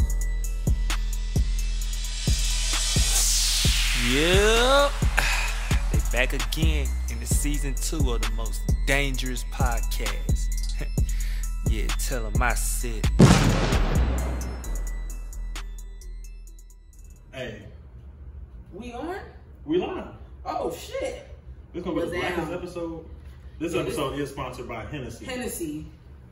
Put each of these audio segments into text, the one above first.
Yep. They back again in the season two of the most dangerous podcast. yeah, tell them I said. it. Hey, We aren't? we live. Oh shit. This gonna be the What's that? blackest episode. This Yeah, episode is sponsored by Hennessy. Hennessy.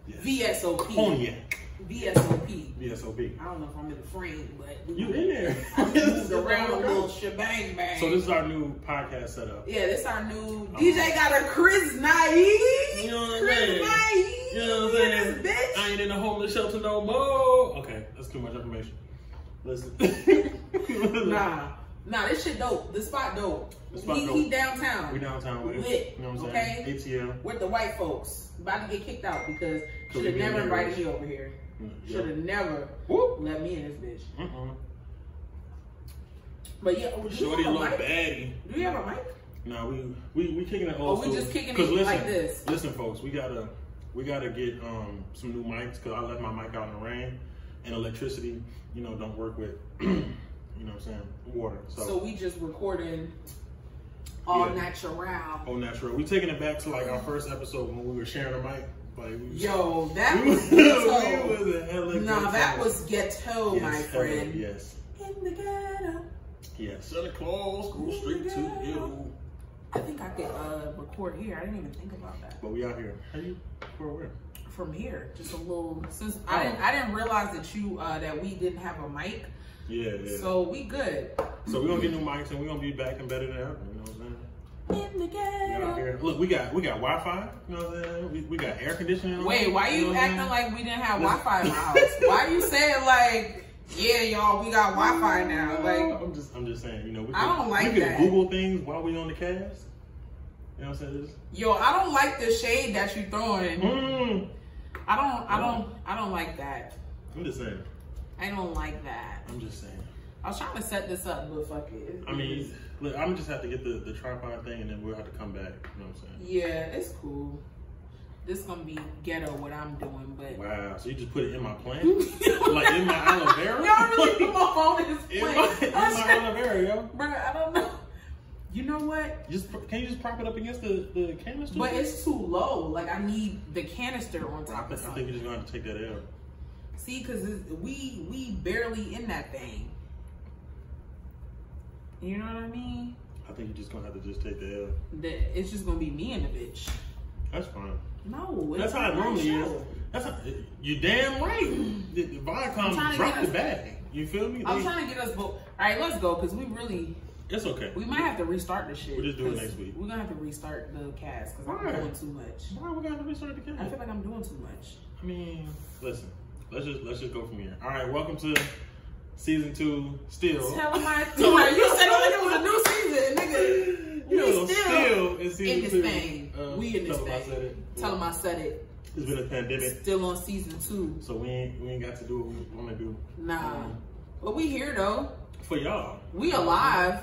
Yes. VSOP. Cognac. VSOP. VSOP. I don't know if I'm in the frame, but we You in there? moved around a little shebang bang. So this is our new podcast setup. yeah, this our new DJ got a Chris Naive. You know what I'm Chris saying? Naive. You know what I'm in saying? This bitch. I ain't in the homeless shelter no more. Okay, that's too much information. Listen. Nah, nah, this shit dope. The spot dope. The spot he, dope. he downtown. We downtown with Lit, You know what I'm okay? saying? ATL. With the white folks. About to get kicked out because Could should we have be never in there, invited bitch? me over here. Mm, yeah. Should have never Whoop. let me in this bitch. Mm-mm. But yeah, oh, do Shorty you have little a mic? baddie. Do you have a mic? No, we we we kicking it Oh, old. we school. just kicking 'Cause it listen, like this. Listen, folks, we gotta we gotta get um some new mics because I left my mic out in the rain and electricity, you know, don't work with you know what I'm saying water. So, So, we just recording all Yeah. natural. oh natural. We taking it back to like our first episode when we were sharing a mic. Like we was, Yo, that we was was, we ghetto. was at LA Nah, that was ghetto, yes, my hella, friend. Yes, In the ghetto. yes. Santa Claus go straight to you. I think I could uh, record here. I didn't even think about that. But we out here. How you? Where? Where? From here, just a little. Since I Oh. didn't, I didn't realize that you uh, that we didn't have a mic, Yeah, yeah. So, so we good. we're gonna get new mics and we're gonna be back and better than ever. You know what I'm saying? In the We out ghetto. here. Look, we got we got Wi-Fi. You know what I'm saying? We, we got air conditioning. Wait, why you know what I'm acting saying? like we didn't have Wi-Fi in my house? why you saying like, yeah, y'all, we got Wi-Fi now? Like, Uh, I'm just I'm just saying. You know, we I can, don't like we can that. Google things while we on the cast. You know what I'm saying? Just- yo, I don't like the shade that you throwing. Mm. I don't, I don't, I don't like that. I'm just saying. I don't like that. I'm just saying. I was trying to set this up, but fuck it. I mean, look, I'm just have to get the, the tripod thing, and then we'll have to come back. You know what I'm yeah, it's cool. This gonna be ghetto what I'm doing, but saying? Wow. So you just put it in my plant, like in my aloe vera. y'all really put my phone in this in my, place. in my aloe vera, yo. Bro, I don't know. You know what? Just pr- can you just prop it up against the the canister? But it's too low. Like I need the canister on I top think, of I think something. you're just gonna have to take that out. See, cause it's, we we barely in that thing. You know what I mean? I think you're just gonna have to just take the L. That it's just gonna be me and the bitch. That's fine. No, it's That's how it not normally my is. show. That's how, you damn right. The, the I'm trying Viacom to dropped get the us- bag. You feel me? I'm They- trying to get us both. All right, let's go because we really it's okay. we might have to restart the shit. We'll just do it 'cause next week. We're gonna have to restart the cast because Why? I'm doing too much. Why we gotta restart the I camera? feel like I'm doing too much. I mean, listen. Let's just let's just go from here. All right. Welcome to season two. Still. Tell them I do it. You said like it was a new season, nigga. We Yo, still in season In this two. thing, Uh, we in this tell 'em I thing. said it. Tell them I said it. It's been a pandemic, Still on season two. so we ain't we ain't got to do what we want to do. Nah, Um, but we here though. for y'all, We alive.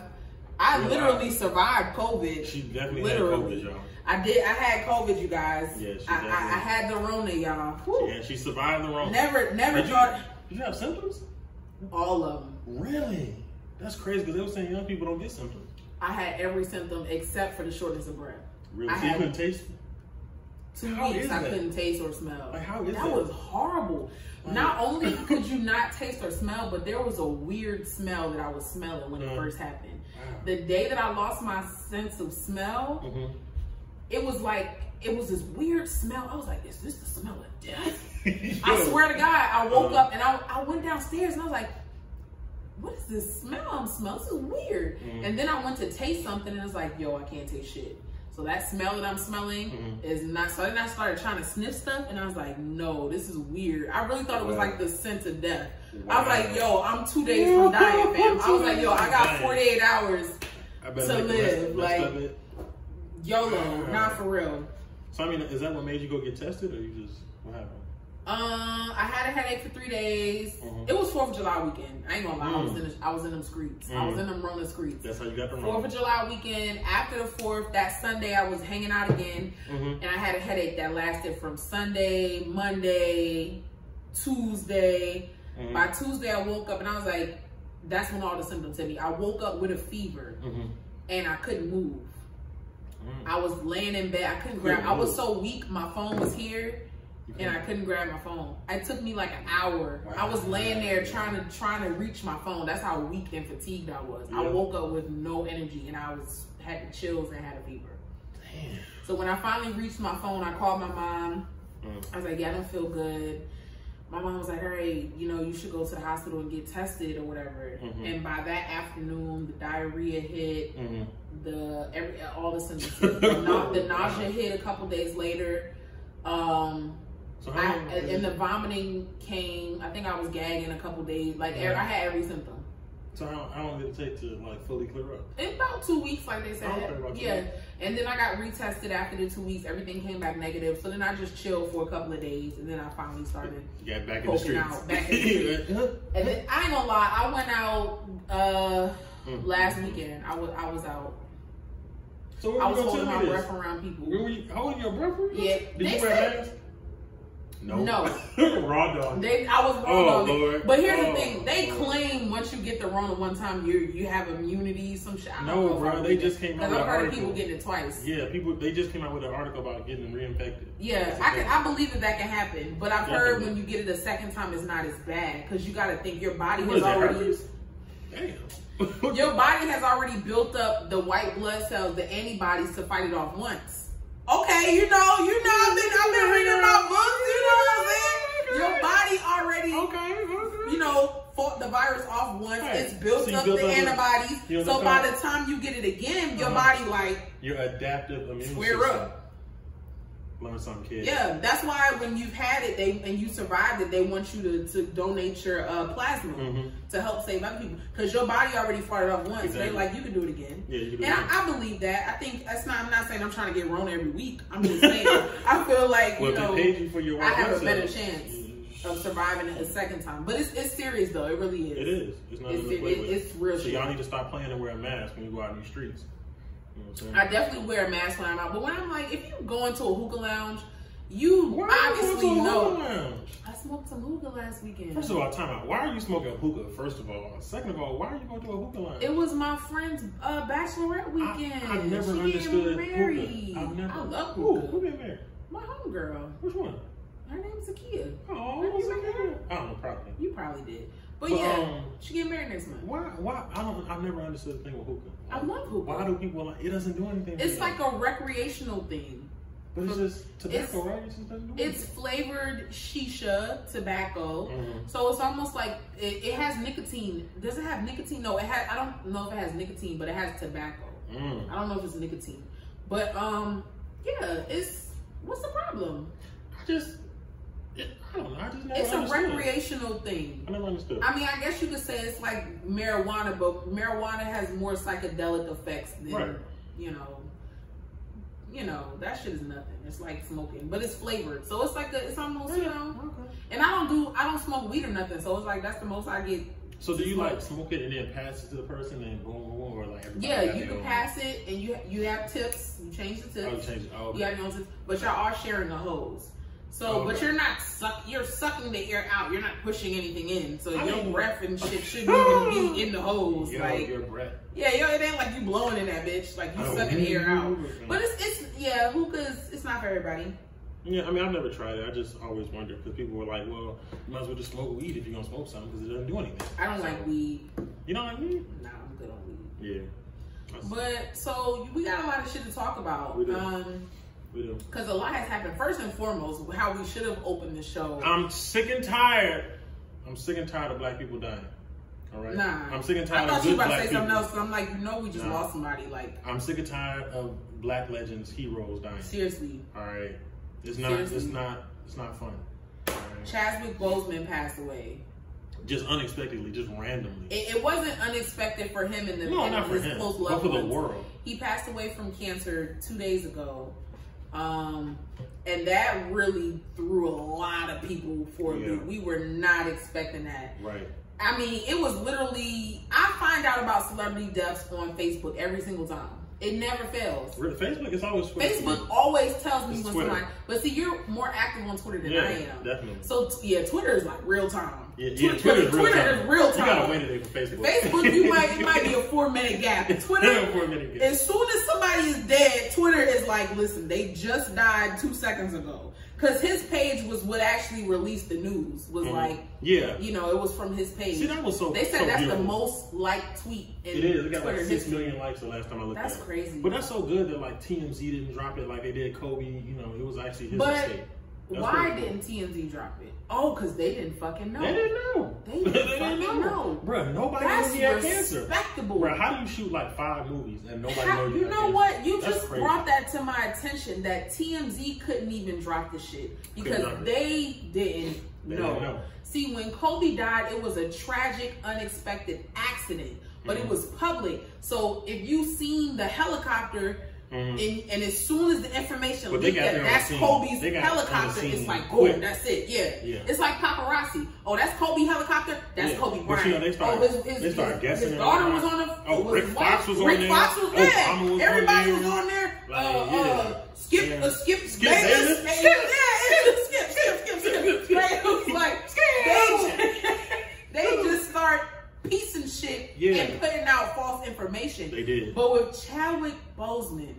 I We literally survived COVID. she definitely Literally. had COVID, y'all. I did. I had COVID, you guys. Yeah, she I, I, I definitely- had the Rona, y'all. Whew. Yeah, she survived the wrong. Never, never Did you, thought did you have symptoms? all of them. Really? That's crazy because they were saying young people don't get symptoms. I had every symptom except for the shortness of breath. Really? I So you had- couldn't taste? Two How weeks, is I that? couldn't taste or smell. Like, how is that? that? was horrible. Like- not only could you not taste or smell, but there was a weird smell that I was smelling when Mm. it first happened. Wow. The day that I lost my sense of smell, it was like it was this weird smell. I was like, "Is this the smell of death?" Mm-hmm. I swear to God, I woke Uh-huh. up and I, I went downstairs and I was like, what is this smell I'm smelling? This is weird. Mhm. And then I went to taste something and I was like, yo, I can't taste shit. So that smell that I'm smelling Mhm. is not. So then I started trying to sniff stuff and I was like, no, this is weird. I really thought it was Wow. like the scent of death. I Wow. was like, yo, I'm two days from dying, fam. I was like, yo, I got Dang. 48 hours. I bet to like, the rest- live, rest like- of it. YOLO, not for real. So I mean, is that what made you go get tested, or you just what happened? Um, I had a headache for three days. Mhm. It was Fourth of July weekend. I ain't gonna lie, I was Mm. in the, I was in them streets. I was Mm. in them Rona streets. That's how you got the Fourth of wrong. July weekend. After the fourth, that Sunday, I was hanging out again, Mm-hmm. and I had a headache that lasted from Sunday, mm-hmm. Mm. Monday, Tuesday. By Tuesday, I woke up and I was like, That's when all the symptoms hit me. I woke up with a fever Mm-hmm. and I couldn't move. I was laying in bed. I couldn't grab. I was Mm-hmm. so weak. My phone was here, and I couldn't grab my phone. It took me like an hour. I was laying there trying to trying to reach my phone. That's how weak and fatigued I was. I Yeah. woke up with no energy, and I was had the chills and had a fever. Damn. So when I finally reached my phone, I called my mom. Mm. I was like, "Yeah, I don't feel good." My mom was like, "All right, you know, you should go to the hospital and get tested or whatever." Mhm. And by that afternoon, the diarrhea hit Mhm. the every all the symptoms. the, na- the nausea hit a couple days later. Um, So I, how long is and it- the vomiting came. I think I was gagging a couple days. Like ev- I had every symptom. so how, how long did it take to like fully clear up? In about two weeks, like they Okay, said, about two yeah. weeks. And then I got retested after the two weeks. Everything came back negative. So then I just chilled for a couple of days, and then I finally started. You got back in the Poking streets. out, back in the streets. And then I ain't gonna lie, I went out uh, Mhm. last weekend. I was I was out. So where I were was you holding gonna my tell me this? breath around people. Where were you holding your breath? for this? Yeah, Did they you wear said- a mask? No. Raw dog. They, I was wrong Oh, on it. Lord. But here's Oh, the thing: they Lord. claim once you get the Rona one time, you you have immunity, some shit. I don't No, know if bro, I they believe just it. came 'Cause out with I've an heard of people article. getting it twice. Yeah, Yeah, people they just came out with an article about getting reinfected. That's the I can, thing. I believe that that can happen. But I've heard Definitely. when you get it a second time, it's not as bad because you got to think your body What is has that, already. herpes? Damn. Your body has already built up the white blood cells, the antibodies to fight it off once. Okay, you know, you know, I've been, I've been reading my books. You know what I'm saying? Your body already okay, okay. you know, fought the virus off once. Right. It's built So you up built the up the- antibodies. you built So up by the- the time you get it again, your Uh-huh. body like, Your adaptive immune Square system. up. Learn something, kid. yeah. That's why when you've had it, they and you survived it, they want you to, to donate your uh, plasma Mhm. to help save other people because your body already fought it off once. Exactly. They like you can do it again. Yeah, you can do And that. I, I believe that. I think that's not. I'm not saying I'm trying to get Rona every week. I'm just saying I feel like Well, you if know they paid you for your I white have blood a better cells, chance mm, of surviving it a second time. But it's it's serious though. It really is. It is. It's not It's, even a it, play with. it's real. so shit. y'all need to stop playing and wear a mask when you go out in these streets. You know what I'm saying? I definitely wear a mask when I'm out. But when I'm like, if you go into a hookah lounge, you Why are you obviously smoking know. hookah lounge? I smoked some hookah last weekend. First of all, time out. Why are you smoking hookah? First of all, second of all, why are you going to a hookah line? it was my friend's uh, bachelorette weekend. I, I've never she understood getting married. hookah. I've never. I love Who, hookah. who been married? My homegirl. Which one? Her name's Akia. Oh, Who what's been that? married? I don't know. Probably. You probably did. But, But, yeah, um, she getting married next month. Why? Why? I don't. I've never understood the thing with hookah. I love hookah. Why do people like? It doesn't do anything. It's like a recreational thing. But it's just tobacco, it's- right? It Mm-hmm. just doesn't do It's flavored shisha tobacco. anything. So it's almost like it, it has nicotine. Does it have nicotine? No, it has. I don't know if it has nicotine, but it has tobacco. Mhm. Mm. I don't know if it's nicotine, but um, yeah, it's what's the problem? I just. It, I don't know. I just never. It's a understood. recreational thing. I never understood. I mean, I guess you could say it's like marijuana, but marijuana has more psychedelic effects than Right. you know. You know that shit is nothing. It's like smoking, but it's flavored, so it's like a, it's almost you know. Okay. And I don't do I don't smoke weed or nothing, so it's like that's the most I get So do you like smoke it and then pass it to the person and boom, boom, boom, or like everybody Yeah, got you their can own- pass it, and you you have tips. You change the Oh, tips. change it. Oh, You have your own tips, but y'all are sharing the hose. So, Oh, but okay. you're not suck. You're sucking the air out. You're not pushing anything in. So I your mean- breath and shit shouldn't even be in the hose. Yo, like, your breath. yeah, yo, it ain't like you blowing in that bitch. Like you Oh, sucking the air out. mm. But it's it's yeah, hookahs. It's not for everybody. Yeah, I mean, I've never tried it. I just always wondered because people were like, "Well, you might as well just smoke weed if you're gonna smoke something because it doesn't do anything." I don't like weed. You know what I mean? Nah, I'm good on weed. Yeah. That's- But so we got a lot of shit to talk about. We do. Um, we do. because a lot has happened. First and foremost, how we should have opened the show. I'm sick and tired. I'm sick and tired of black people dying. All right. Nah. I'm sick and I tired of thought you good were about to black say people. something else, and I'm like, you know, we just Nah. lost somebody. Like, I'm sick and tired of black legends, heroes dying. seriously. All right. It's not. It's Seriously. not. It's not fun. All right? Chadwick Boseman passed away. Just unexpectedly, just randomly. It, it wasn't unexpected for him and the no, and not for his him. close But loved for the ones. world. He passed away from cancer two days ago. Um, and that really threw a lot of people for a Yeah. loop. We were not expecting that. Right. I mean, it was literally, I find out about celebrity deaths on Facebook every single time. It never fails. Re- Facebook is always Twitter. Facebook always tells me It's when Twitter. somebody. But see, you're more active on Twitter than Yeah, I am. definitely. So t- yeah, Twitter is like real time. Yeah, Tw- yeah, Twitter's real Twitter time. is real You gotta time. explain today for Facebook. Facebook, you might it might be a four minute gap. Twitter, Four minute gap. as soon as somebody is dead, Twitter is like, listen, they just died two seconds ago. Cause his page was what actually released the news. Was Mhm. like, yeah. you know, it was from his page. See, that was so. they said so that's beautiful. the most liked tweet in It is. It got Twitter like six history. million likes the last time I looked That's at it. crazy. But that's so good that like TMZ didn't drop it like they did Kobe. You know, it was actually his But mistake. That's Why pretty cool. didn't TMZ drop it? Oh, cause they didn't fucking know. They didn't know. They didn't fucking know. Bruh, nobody knows That's he had cancer. respectable. Bruh, how do you shoot like five movies and nobody How- knows you had know cancer? what? You That's just crazy. brought that to my attention that TMZ couldn't even drop the shit because drop it. they didn't They know. didn't know. See, when Kobe died, it was a tragic, unexpected accident, but Mhm. it was public. So if you seen the helicopter. Mhm. And, and as soon as the information But they leaked got there that on the that's scene. Kobe's They got on the helicopter, scene it's like, quick. boom, that's it, yeah. Yeah. It's like paparazzi. Oh, that's Kobe helicopter. That's Yeah. Kobe But Bryant. you know, they started, oh, his, his, they started his- guessing. His it. daughter was on the. Oh, was Rick his Fox wife- was on Rick there. Fox was Oh, there. Obama was on Everybody there. was on there. Like, uh, yeah. uh, Skip, Yeah. uh, Skip, Skip Bayless. Bayless? Skip, yeah, it's Skip, Skip, Skip, Skip. They was like, they, they just start piecing shit Yeah. and putting out false information. They did. But with Chadwick Boseman,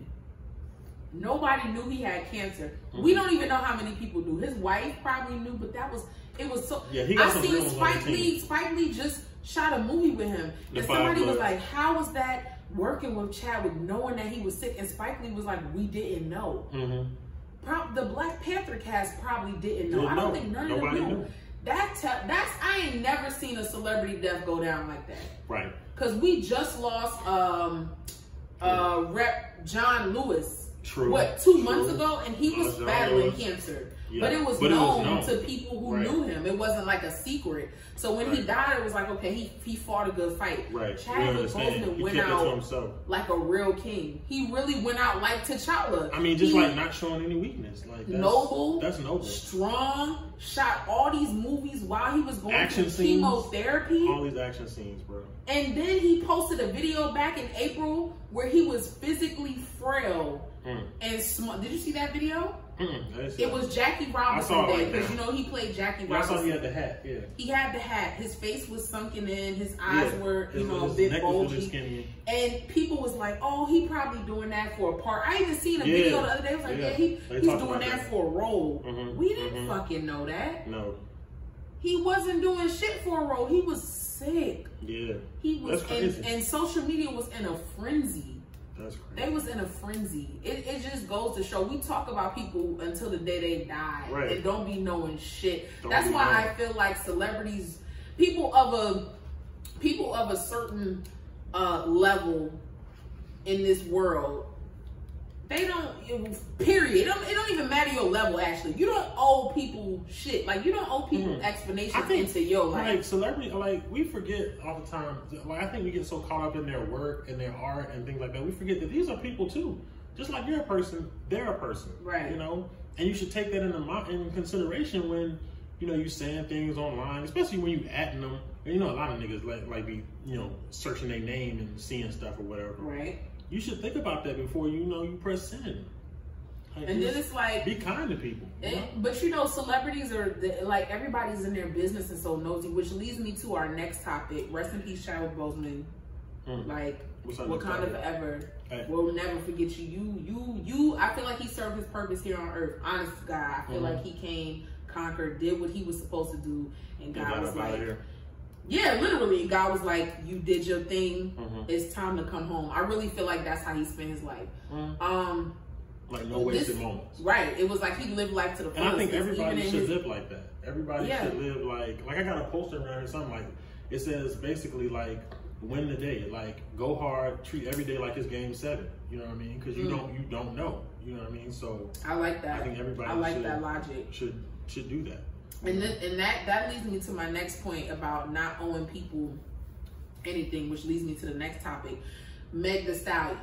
nobody knew he had cancer. We Mm-hmm. don't even know how many people knew. His wife probably knew, but that was it was so. Yeah, he got I some real seen ones on Spike the team. Lee. Spike Lee just shot a movie with him, The and Five somebody was Bloods. like, "How was that working with Chadwick, knowing that he was sick?" And Spike Lee was like, "We didn't know." Mhm. Prob- the Black Panther cast probably didn't know. Didn't I don't know. think none Nobody of them knew. knew. That te- that's I ain't never seen a celebrity death go down like that. Right. Cause we just lost um uh rep John Lewis. True. What two True. months ago, and he was Lost John battling Lewis. cancer, Yeah. but it was But it was known known. to people who Right. knew him. It wasn't like a secret. So when he Right. died, it was like okay, he he fought a good fight. Right. you Chadwick understand. Boseman he went kept it to out himself. like a real king. He really went out like T'Challa. I mean, just He- like not showing any weakness. Like that's, noble, That's noble. strong. Shot all these movies while he was going Action through scenes. Oh, chemotherapy. All these action scenes, bro. And then he posted a video back in April where he was physically frail Mm. and small. Did you see that video? Mm-mm. I didn't see It that. was Jackie Robinson it Day like because that. you know he played Jackie Yeah, I saw he Robinson. had the hat. Yeah. He had the hat. His face was sunken in. His eyes Yeah. were, you His- know, a his bit neck was really bulgy. skinny. And people was like, "Oh, he probably doing that for a part." I even seen a Yeah. video the other day. It was like, Yeah. "Yeah, he, They he's talked doing about that, that. for a role." Mhm. We didn't Mhm. fucking know that. No. He wasn't doing shit for a role. He was sick. Yeah. He was That's and, crazy. and social media was in a frenzy. That's crazy. They was in a frenzy. It, it just goes to show we talk about people until the day they die. Right. And don't be knowing shit. Don't That's be why knowing. I feel like celebrities people of a people of a certain uh level in this world they don't it- period. It don't, it don't even matter your level actually. You don't owe people shit. Like you don't owe people Mhm. I explanations think- into your life. Like celebrity, like we forget all the time. Like I think we get so caught up in their work and their art and things like that. We forget that these are people too. Just like you're a person, they're a person, Right. You know, and you should take that into mind in consideration when you know you saying things online, especially when you at them. And you know, a lot of niggas like like be you know searching their name and seeing stuff or whatever. right? You should think about that before you know you press send. Like, And then just it's like be kind to people. you know? And, Eh, but you know, celebrities are the, like everybody's in their business and so nosy, which leads me to our next topic. Rest in peace, Chadwick Boseman. Mm. Like What's up, Wakanda Wakanda? forever. Hey. We'll never forget you. You, you, you. I feel like he served his purpose here on Earth. Honest to God, I feel Mhm. like he came, conquered, did what he was supposed to do, and Get God that was up out of like, here. yeah, literally, God was like, you did your thing. Mhm. It's time to come home. I really feel like that's how he spent his life. Mhm. Um, Like no This- wasted moments. right. It was like he lived life to the And I think fullest, everybody even in should his- live like that. Everybody Yeah. should live like like I got a poster around here, something like it says basically like win the day, like go hard, treat every day like it's game seven. You know what I mean? Because you Mm. don't you don't know. You know what I mean? So I like that. I think everybody I like should, that logic. should should do that. And th- and that that leads me to my next point about not owing people anything, which leads me to the next topic, Meg the Stallion.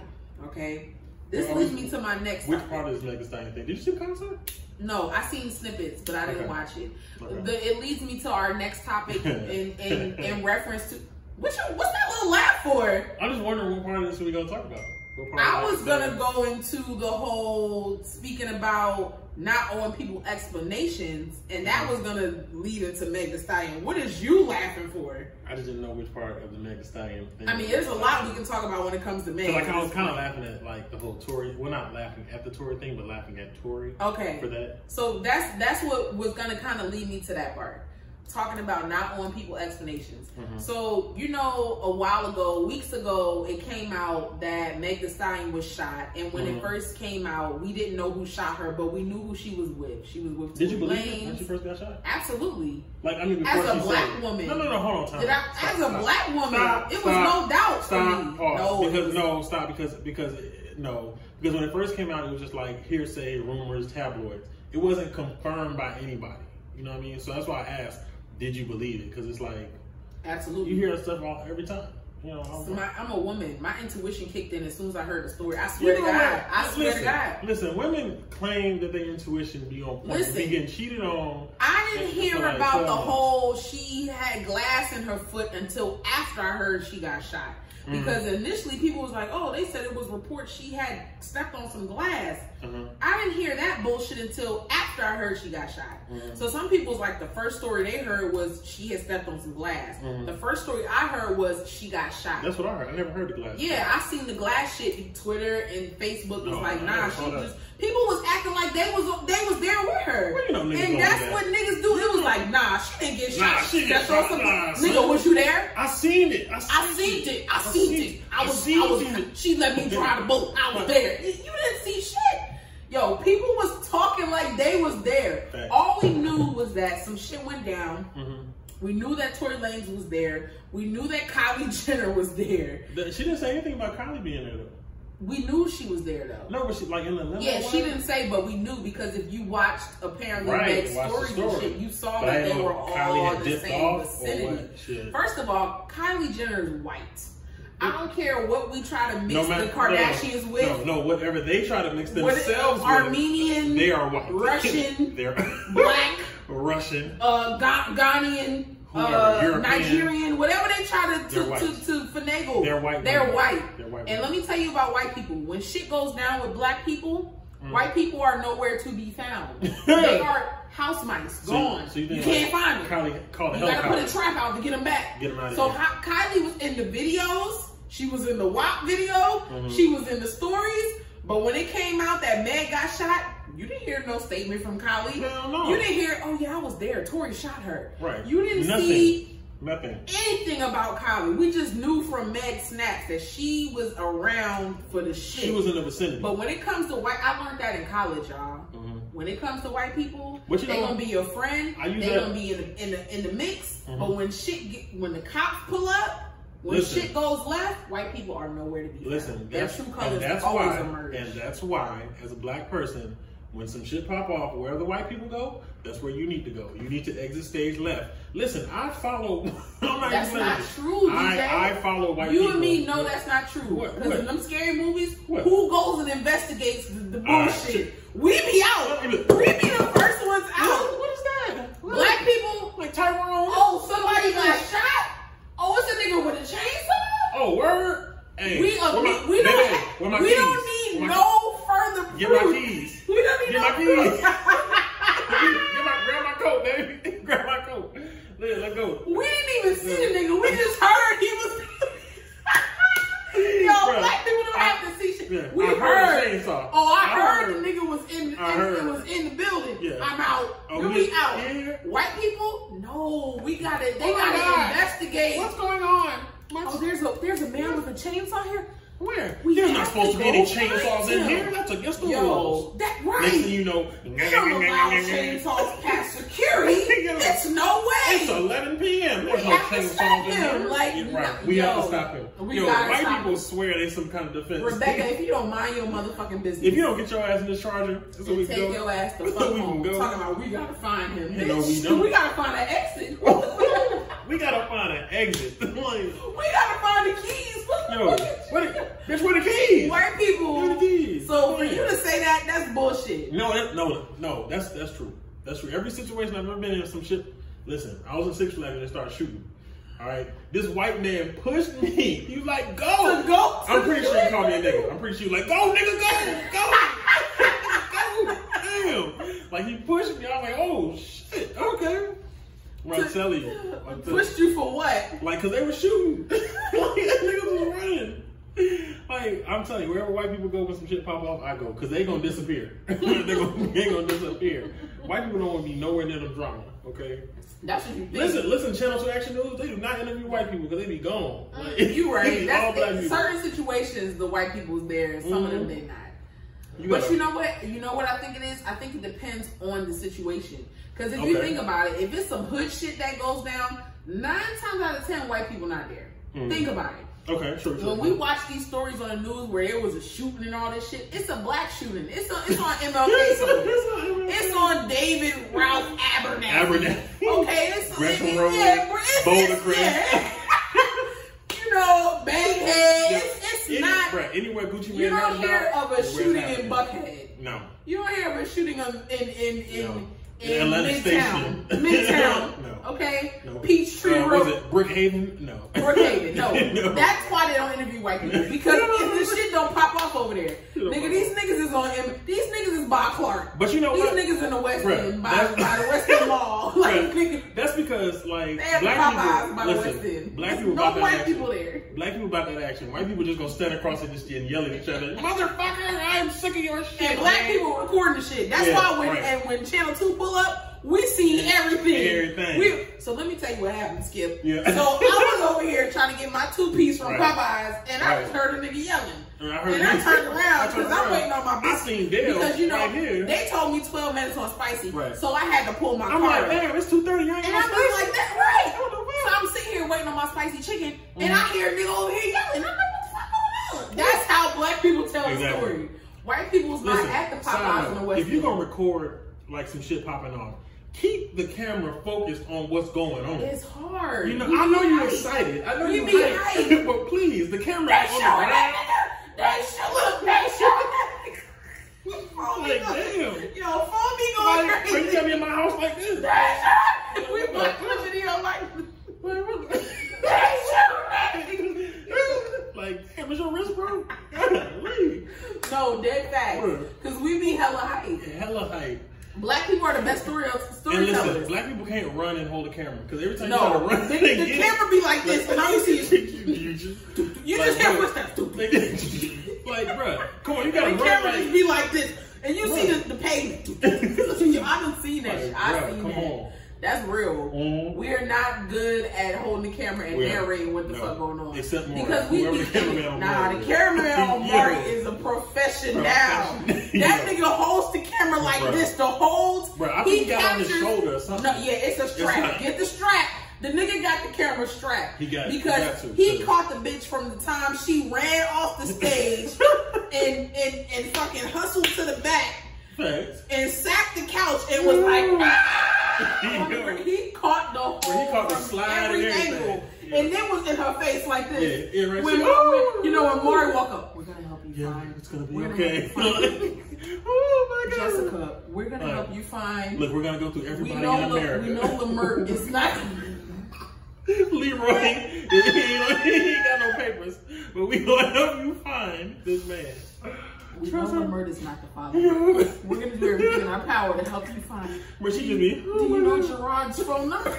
Okay, this Well, leads which- me to my next. Which topic. part of this Megan Thee Stallion thing? Did you see the concert? No, I seen snippets, but I didn't Okay. watch it. Okay. The, it leads me to our next topic in in, in reference to what you, what's that little laugh for? I'm just wondering what part of this we gonna talk about. What part I of was Megan Thee gonna go into the whole speaking about not owing people explanations, and that Mm-hmm. was gonna lead into Meg Thee Stallion. What is you laughing for? I just didn't know which part of the Meg Thee Stallion thing. I mean, there's a lot we can talk about when it comes to Meg. So like I was kind of laughing at like the whole Tory. Well, not laughing at the Tory thing, but laughing at Tory Okay. for that. So that's that's what was gonna kind of lead me to that part, talking about not on people explanations. So you know, a while ago, weeks ago, it came out that Meg Thee Stallion was shot, and when Mhm. it first came out, we didn't know who shot her, but we knew who she was with. She was with Did you Tory believe it when Lanez. she first got shot? Absolutely. Like I mean, As before a she black said, it. woman. No, no, no. Hold on. Time. Did I, Uh, Stop, as a stop. black woman, Stop, it was stop, no doubt for Stop. me. Pause. no, it because was- no, stop. Because because uh, no, because when it first came out, it was just like hearsay, rumors, tabloids. It wasn't confirmed by anybody. You know what I mean? So that's why I asked, did you believe it? Because it's like absolutely. you hear that stuff all, every time. You know. I'm- So my, I'm a woman. My intuition kicked in as soon as I heard the story. I You swear know to God. what? I swear listen, to God. Listen, women claim that their intuition be on point. Listen. Be getting cheated on. I didn't hear Right, about the so- whole she had glass in her foot until after I heard she got shot. Because initially people was like, oh, they said it was reports she had stepped on some glass. Uh-huh. I didn't hear that bullshit until after I heard she got shot. Mhm. So some people's like the first story they heard was she had stepped on some glass. Mhm. The first story I heard was she got shot. That's what I heard. I never heard the glass. Yeah, I seen the glass shit. Twitter and Facebook was No, like, I nah, never she saw that. just people was acting like they was they was there with her, Well, you know niggas don't and that's do that. what niggas do. It was like, nah, she didn't get Nah, shot. she didn't That's all shot. Nah, nigga, son. was you there? I seen it. I seen, I seen it. I seen it. I was. I was. She let me drive the boat. I was there. You you didn't see shit. Yo, people was talking like they was there. Facts. All we knew was that some shit went down. Mhm. We knew that Tory Lanez was there. We knew that Kylie Jenner was there. The- She didn't say anything about Kylie being there though. We knew she was there though. No, was she like in the limo? Yeah, one? she didn't say, but we knew because if you watched apparently Right, Meg's watch the stories and story. shit, you saw But I that didn't they know were if all Kylie had the dipped same off or vicinity. what. Shit. First of all, Kylie Jenner is white. I don't care what we try to mix No matter the Kardashians no, with. No, no, whatever they try to mix What- themselves with, Armenian, they are white. Russian, they're black, Russian. uh, Ga- Ghanaian, Whoever, uh, European. Nigerian, whatever they try to to, They're white. to, to finagle. They're white They're women. white. They're white And let me tell you about white people. When shit goes down with black people, Mm. white people are nowhere to be found. they are house mice, So- gone. so you, you think can't like find them. Kylie called You hell gotta put a Kylie. trap out to get them back. Oh, Get 'em outta so here. Hi- Kylie was in the videos. She was in the WAP video. Mm-hmm. She was in the stories. But when it came out that Meg got shot, you didn't hear no statement from Kylie. Hell no. You didn't hear, oh yeah, I was there. Tori shot her. Right. You didn't Nothing. see Nothing. anything about Kylie. We just knew from Meg snaps that she was around for the shit. She was in the vicinity. but when it comes to white, I learned that in college, y'all. Mhm. When it comes to white people, But you they know- gonna be your friend. I use They that- gonna be in the in the, in the mix. Mhm. But when shit, get, when the cops pull up, when Listen. shit goes left, white people are nowhere to be. found. Listen, their that's, true and colors that's always why, emerge. and that's why, as a black person, when some shit pop off, where the white people go, that's where you need to go. You need to exit stage left. Listen, I follow. I'm not That's even not saying- true, DJ. I, I follow white you people. and me know that's not true. What? Because What? in them scary movies, What? who goes and investigates the, the Ah, bullshit? shit. we be out. Hey, We be look. the first ones out. What, what is that? What? Black people. like Tyrone? Oh, somebody got shot. Oh, it's a nigga with a chainsaw. Oh, word. Hey, We, uh, where we, my- we baby, don't, where my we keys? don't need Where my- no further proof. Get my keys. We don't need Get no my keys. proof. Get my, grab my coat, baby. grab my coat. Let, let go. we didn't even see the nigga. We just heard he was. Yo, Bruh, black people don't I- have to see shit. yeah, we I heard the chainsaw. Oh, I, I heard, heard. the nigga was in. in I It heard. was in the building. Yeah. I'm out. Oh, you we- be out. yeah. White people, no. We gotta. They Oh my gotta God. investigate. What's going on? oh, there's a there's a man with a chainsaw here. Where? We There's have not supposed to be to any go find chainsaws in him. here. That's against the Yo, rules. that right. Next thing you know, We don't allow chainsaws past security. It's no way. It's 11 p.m. There's We no have to chainsaws stop in him, here. like, Yeah, right. no- We have yo, to stop him. we Yo, gotta white stop people him. swear they some kind of defense. Rebecca, if you don't mind your motherfucking business, if you don't get your ass in this charger, that's what we take go. your ass to That's fuck where we home. can go. Talking about we gotta find him. You know bitch. we don't. We gotta find an exit. we gotta We gotta find an exit. Like, find the keys. What the Yo, fuck is- what? Bitch, where the keys? White people. Where the keys? So for Yeah. you to say that, that's bullshit. No, that, no, no. That's that's true. That's true. Every situation I've ever been in, some shit. Listen, I was in Six Flags and they started shooting. All right, this white man pushed me. He was like, "Go, To go- I'm to pretty do sure he it. called me a nigga. I'm pretty sure he was like, "Go, nigga, go, go, go." Damn. Like he pushed me. I was like, oh shit, okay. Right, tell you. Like, Pushed you for what? Like, cause they were shooting. like, niggas was running. Like, I'm telling you, wherever white people go when some shit pop off, I go, cause they gonna disappear. they gonna, they gonna disappear. White people don't want to be nowhere near the drama. Okay. That's what you think. Listen, listen. Channel Two Action News. They do not interview white people because they be gone. Like, Mm, you they right. be That's all black in people. certain situations the white people's there, some of them Mhm. they not. You but gotta- you know what? You know what I think it is. I think it depends on the situation. Because if you Okay. think about it, if it's some hood shit that goes down, nine times out of ten, white people not there. Mm. Think about it. Okay, sure, sure. When we watch these stories on the news where it was a shooting and all this shit, it's a black shooting. It's on it's on MLK. service. It's on David Ralph Abernathy. Abernathy. Okay, it's Gresham it's- Road, yeah, bro, it's, Boulder it's- Crest. yeah. you know, Bankhead. Yeah. It's, it's Any- not. bruh, anywhere Gucci You Mane don't runs hear out, of a it's shooting in happening. Buckhead. No. You don't hear of a shooting of, in in in. No. In, In Atlantic Station. Midtown, Midtown, No. okay, No. Peachtree Uh, Was Road, it Brookhaven? No. Brookhaven. No. No. that's why they don't interview white people because if the shit don't pop off over there, don't nigga, pop these off. niggas is on. M- These niggas is by Clark. But you know these what? niggas in the West Bruh, End by, that's- by the West End Mall, like nigga, That's because like they have black Popeyes people. by the West Listen, End. black There's people no about that white action. people there. Black people about that action. White people just gonna stand across it just and yell at each other. Motherfucker, I'm sick of your shit. And black man." people recording the shit. That's Yeah, why when right. and when Channel Two pull up, we see everything. Everything. We- so let me tell you what happened, Skip. Yeah. So I was over here trying to get my two piece from Right. Popeyes, and I Right. just heard a nigga yelling. And I heard And I you. turned around I turned because I'm around. waiting on my I business. seen Dale because you know right here. they told me 12 minutes on spicy, Right. so I had to pull my I'm car. like, damn, it's two thirty. I ain't And no I'm space." just like, that's right. I don't know where. So I'm sitting here waiting on my spicy chicken, and I Mm-hmm. hear a nigga over here yelling. I'm like, what the fuck going on? That's how black people tell the Exactly. story. White people's Listen, not at the side Popeyes in note, the West. If you're End. gonna record like some shit popping off, keep the camera focused on what's going on. it's hard. You know, We I know be you're hype. excited. I know We you're be hyped. hype. but please, the camera They is showing on the ground. that nigga. They show look. They showing that nigga. Phone me Like, up. damn. Yo, phone me going Like, bring crazy. them in my house like this. They showing- We black women here like. They showing that nigga. like, damn, is your wrist, bro? Golly. No, dead fact. Because we be hella hype. Hella hype. Black people are the best story And listen, storytellers. black people can't run and hold a camera because every time No, you try to run, the, they the get- camera be like this, and all you see is you just, you like, just hear bruh, footsteps. The they get- Like, bruh, come on, you gotta run. camera just Like, be like this, and you see the, the pavement. I done seen that. shit. I Bruh, seen come that. on. That's real. Mhm. We are not good at holding the camera and We are. narrating what the No. fuck going on. Except Maury. because we Whoever be the cameraman on nah, Maury the is. cameraman on Maury Yeah. is a professional. Professional. That Yeah. nigga holds the camera like Bruh. this. The holds. Bruh, I think he got it on his shoulder or something. No, yeah, it's a strap. not- Get the strap. The nigga got the camera strap. He got- he because got to, he too. caught the bitch from the time she ran off the stage and and and fucking hustled to the back Facts. and sacked the couch and was like, ah! He knew. he caught the whole Mm. He caught the from slide every and everything. angle, Yeah. and then was in her face like this. Yeah, yeah, right. when, She- when- you know when Maury walk up, we're gonna help you Yeah, find. it's gonna be we're okay. Gonna help you find oh my god. Jessica, we're gonna Alright. help you find. Look, we're gonna go through we everybody know, in Le, America. we know Lemur is not. Leroy, he ain't, he ain't got no papers, but we gonna help you find this man. We know Trust the him. murder's not the father. We're We're gonna do everything in our power to help you find. But she just be. Do you know Gerard's phone number?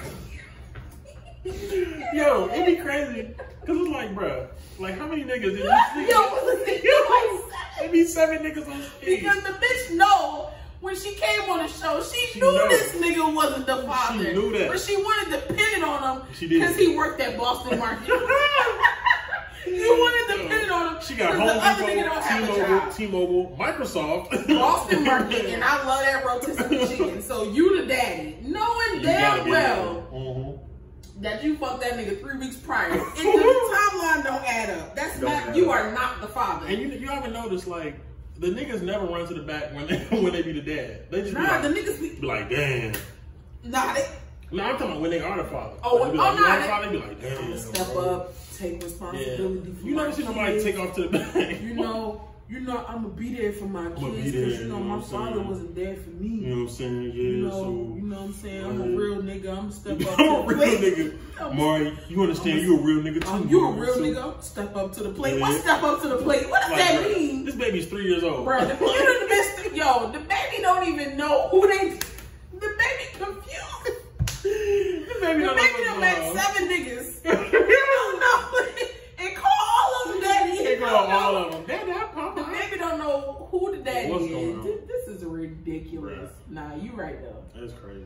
Yo, it'd be crazy. Cause it's like, bruh, like how many niggas did you see? Yo, was it nigga like it'd seven? be seven niggas on stage. Because the bitch know when she came on the show, she, She knew know. this nigga wasn't the father. knew that. But she wanted to pin it on him She did. because he worked at Boston Market. you wanted to pin it on him. She got 'cause Home the other Depot, nigga don't have a T-Mobile, job. T-Mobile, Microsoft, Boston Market, and I love that rotisserie chicken. So you the daddy, knowing You gotta damn be well. there. Mhm. that you fucked that nigga three weeks prior. And the timeline don't add up. That's Don't not add you up. are not the father. And you you ever notice like the niggas never run to the back when they, when they be the dad. They just be, nah, like, the niggas be be like, damn. nah they No, I'm talking about when they are the father. Oh, Like, they be oh, like, you nah, are they- the father. They be like, damn. step bro. up, take Yeah. responsibility for You my never see nobody kids. take off to the back. You know, you know I'ma be there for my kids I'ma be because there, you you know know my what I'm saying? father wasn't there for me. You know what I'm saying? Yeah. you know, so you know what I'm saying? I'm a Yeah. real nigga. I'm a step up. I'm a to the real plate. nigga. I'm- Mari, you understand you a real nigga too. Um, you a bro. real So- nigga. I'm Step up to the plate. Yeah. What step up to the plate? What does Like, that bro, mean? This baby's three years old. Bro, the, you done missed, yo, the baby don't even know who they. The baby confused. The baby The don't baby know what's done met going on. seven niggas. I don't know. And call all of them daddy. They They go don't all know. of them. That that The Popeye. baby don't know who the daddy What's is. going on? Th- This is ridiculous. Nah, you right though. That's crazy.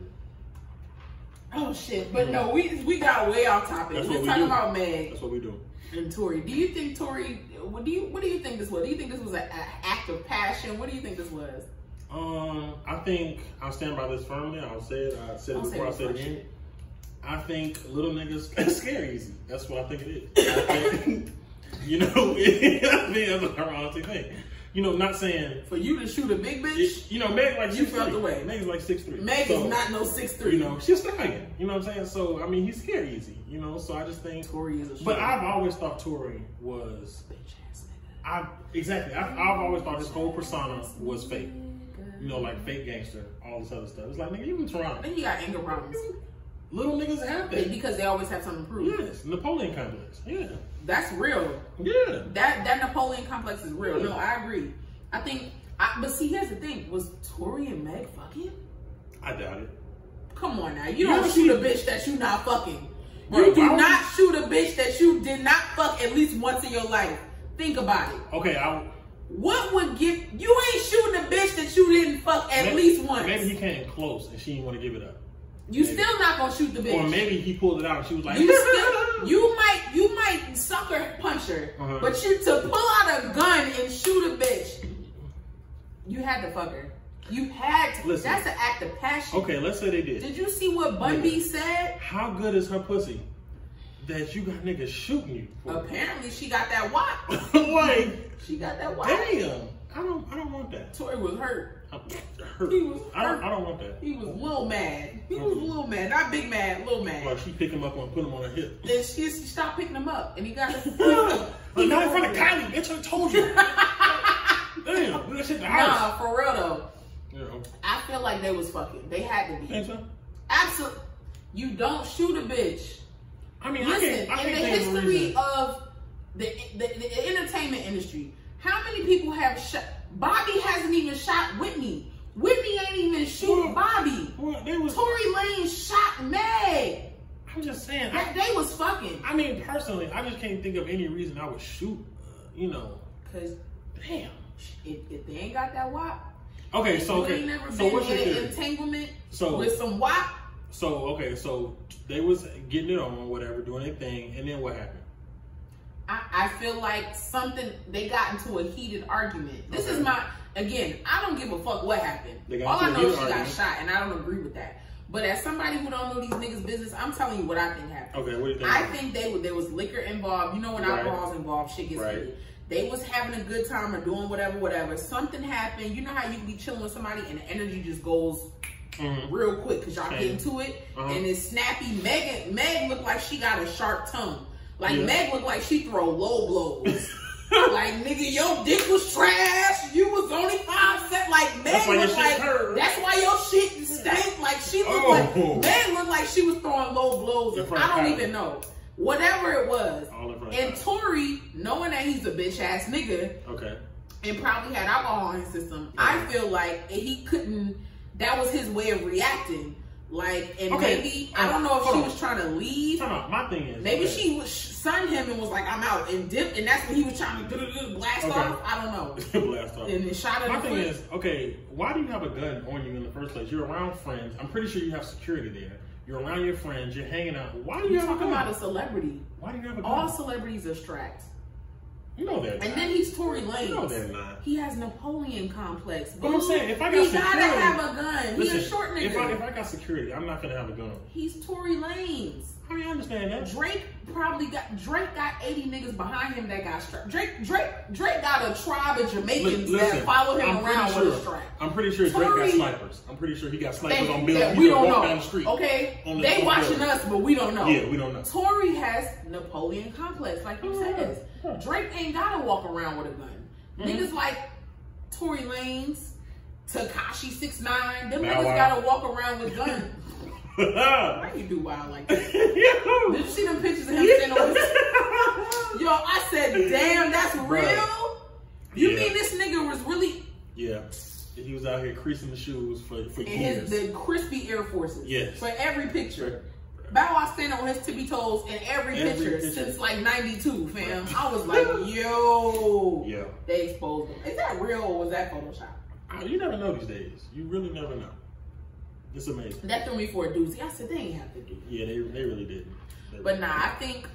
Oh shit! But no, we we got way off topic. That's what We're we talking do. about Meg That's what we do. and Tori. Do you think Tori? What do you What do you think this was? Do you think this was an act of passion? What do you think this was? Um, I think I'll stand by this firmly. I'll say it. I said it Don't say before. I this said it first. again. I think little niggas is scary easy. That's what I think it is. I think, you know, I think that's what I honestly think. You know, not saying. For you to shoot a big bitch, It, you know, Meg like You six felt three. the way. Meg's like six three. Meg so, is not no six three. You know, she's a stallion. You know what I'm saying? So I mean, he's scary easy. You know, so I just think. Tori is a. But shooter. I've always thought Tory was. Bitch ass nigga. I exactly. I, I've always thought this whole persona was fake. Nigga. You know, like fake gangster, all this other stuff. It's like nigga, you from Toronto. Then you got anger problems Little niggas have that. because they always have something to prove. Yes, Napoleon complex. Yeah, That's real. yeah. That that Napoleon complex is real. No, I agree. I think. I, but see, here's the thing: was Tori and Meg fucking? I doubt it. Come on now, you don't Yeah, shoot she- a bitch that you not fucking. Bro, you do why would- not shoot a bitch that you did not fuck at least once in your life. Think about it. Okay, I What would give you ain't shooting a bitch that you didn't fuck at maybe- least once. Maybe he came close and she didn't want to give it up, you maybe. still not gonna shoot the bitch. or maybe he pulled it out and she was like, You still, you might, you might sucker punch her, Uh-huh. but you to pull out a gun and shoot a bitch, you had to fuck her. You had to. Listen. That's an act of passion. Okay, let's say they did. Did you see what Bun B said? How good is her pussy that you got niggas shooting you? For? Apparently, she got that wop. like, She got that wop. damn. I don't. I don't want that. Tori was hurt. I'm hurt. He was I don't. hurt. I don't want that. He was a little mad. He was a little mad, not big mad, little Like mad. she pick him up and put him on her hip. Then she, she stopped picking him up, and he got. But not in front of Kylie, bitch. I told you. Damn, that shit the house. Nah, for real though, You know, I feel like they was fucking. They had to be. think so? Absolutely. You don't shoot a bitch. I mean, I Listen, can't. I in can't think the of a history reason. of the, the the entertainment industry, how many people have shot? Bobby hasn't even shot Whitney. Whitney ain't even shoot Well- Bobby. Well, they was. Tory Lane shot Meg. I'm just saying. That I, they was fucking. I mean, personally, I just can't think of any reason I would shoot. Uh, you know, Cause damn. if, if they ain't got that wop, Okay, if so you okay. ain't never So been what's your in an theory? entanglement So- with some wop, So okay, so they was getting it on, whatever, doing their thing, and then what happened? I, I feel like something they got into a heated argument. This is Okay. my again. I don't give a fuck what happened. They got All into a I know heated is she got argument. shot, and I don't agree with that. But as somebody who don't know these niggas' business, I'm telling you what I think happened. Okay, what do you think? I think they were- there was liquor involved. You know when Right. alcohol's involved, shit gets Right. heated. They was having a good time or doing whatever, whatever. Something happened. You know how you can be chilling with somebody and the energy just goes Mhm. real quick because y'all Same. get into it Uh-huh. and it's snappy. Megan Meg looked like she got a sharp tongue. Like Yeah. Meg looked like she throw low blows. like nigga, your dick was trash. You was only five cent. Like Meg That's why your looked shit like hurt. that's why your shit stank. Like she looked Oh. like Meg looked like she was throwing low blows. In front of I don't Kylie. even know. Whatever it was. All in front of And Kylie. Tori, knowing that he's a bitch ass nigga, Okay. and probably had alcohol in his system. I feel like he couldn't. That was his way of reacting. Like, and Okay. maybe I don't know if Hold she on. was trying to leave. Time out. My thing is Maybe okay. she was sunned him and was like, "I'm out," and dipped, and that's when he was trying to do blast Okay. off. I don't know. Blast off. And then shot My at the thing foot. is, okay, why do you have a gun on you in the first place? You're around friends. I'm pretty sure you have security there. You're around your friends. You're hanging out. Why do you You're have a talking gun? about a celebrity. why do you have a gun? All celebrities are strapped. you know that. And then he's Tory you know Lanez. they're not. He has Napoleon complex. But I'm saying, if I he got gotta security- have a gun. He's a short nigga. if I if I got security, I'm not gonna have a gun. he's Tory Lanez. I mean, I understand that. Drake probably got Drake got eighty niggas behind him that got strapped. Drake Drake Drake got a tribe of Li- Jamaicans listen, that follow him I'm around pretty with sure. a strap. I'm pretty sure Drake Tory- got snipers. I'm pretty sure he got snipers Thank on you. Bill. That He we could don't walk know. down the street. Okay, on the- they on watching Bill. us, but we don't know. Yeah, we don't know. Tory has Napoleon complex, like you Mhm. said. Drake ain't gotta walk around with a gun. Mm-hmm. Niggas like Tory Lanez, Takashi Six Nine, them Bow niggas Wow. gotta walk around with guns. Why you do wild like that? Did you see them pictures of him sitting on his Yo, I said, damn, that's Bruh. real. You Yeah. mean this nigga was really? yeah, he was out here creasing the shoes for, for And years. his the crispy Air Forces. Yes. For every picture. Bow Wow stand on his tippy toes in every, Every picture, picture. since like '92, fam. I was like, yo, Yeah. they exposed him. Is that real or was that Photoshop? I- You never know these days. You really never know. It's amazing. That threw me for a doozy. I said they ain't have to do. Yeah, they, they really didn't. They But really nah, I didn't. think,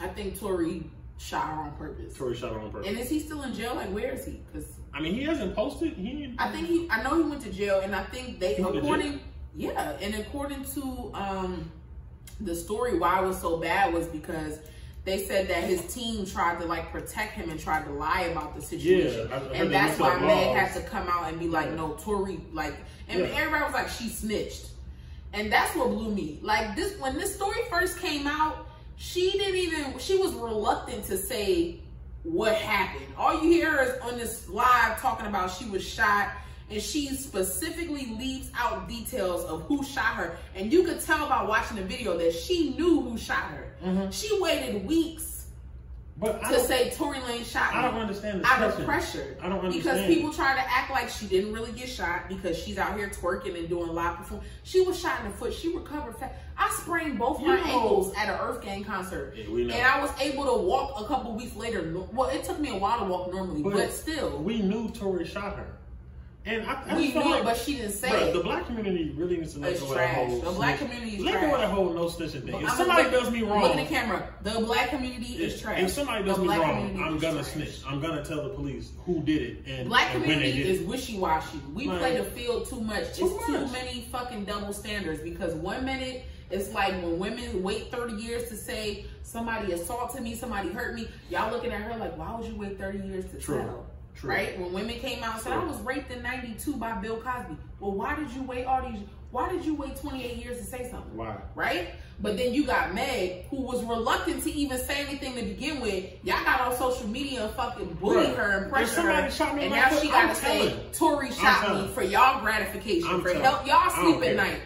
I think Tory shot her on purpose. Tory shot her on purpose. And is he still in jail? Like, where is he? Because I mean, he hasn't posted. He didn't. I think he, I know he went to jail, and I think they, He went to according, yeah, and according to um, the story, why it was so bad was because they said that his team tried to like protect him and tried to lie about the situation, Yeah, I- I heard and they that's mixed up why Meg laws. had to come out and be like, no, Tori, like, and Yeah. everybody was like, she snitched, and that's what blew me. Like this, when this story first came out, she didn't even, she was reluctant to say what happened. All you hear is on this live talking about she was shot and she specifically leaves out details of who shot her. And you could tell by watching the video that she knew who shot her. She waited weeks But Mm-hmm. I to don't, say Tory Lane shot me I don't understand the out of pressure. pressure. I don't understand. Because people try to act like she didn't really get shot because she's out here twerking and doing live perform. She was shot in the foot. She recovered fast. I sprained both my You know- ankles at an Earth Gang concert. Yeah, we know. And I was able to walk a couple weeks later. No- Well, it took me a while to walk normally, but, But- still. We, we knew Tory shot her, and I, I just knew felt it, like, but she didn't say bruh, it. the black community really needs to let It's go of that trash. whole. The black snitch- community is let go trash. of that whole no snitching thing. If I'm- somebody look- does me wrong, Look at the camera. The black community is if- trash. If somebody does The me black wrong, community I'm is gonna trash. snitch. I'm gonna tell the police who did it and, Black and when they community did is it. wishy washy. We Like, play the field too much. too it's too much. many fucking double standards because one minute it's like when women wait 30 years to say somebody assaulted me, somebody hurt me. Y'all looking at her like, why would you wait 30 years to True. tell? True. Right? When women came out and said, I True. was raped in 92 by Bill Cosby. Well, why did you wait all these? Why did you wait 28 years to say something? Why? right? But then you got Meg, who was reluctant to even say anything to begin with. Y'all got on social media and fucking bullied Bruh, her and if pressured somebody her. shot me in and my now foot, she I'm got to say, telling. Tori shot me telling. for y'all gratification, I'm for telling. help I y'all don't sleep care. at night,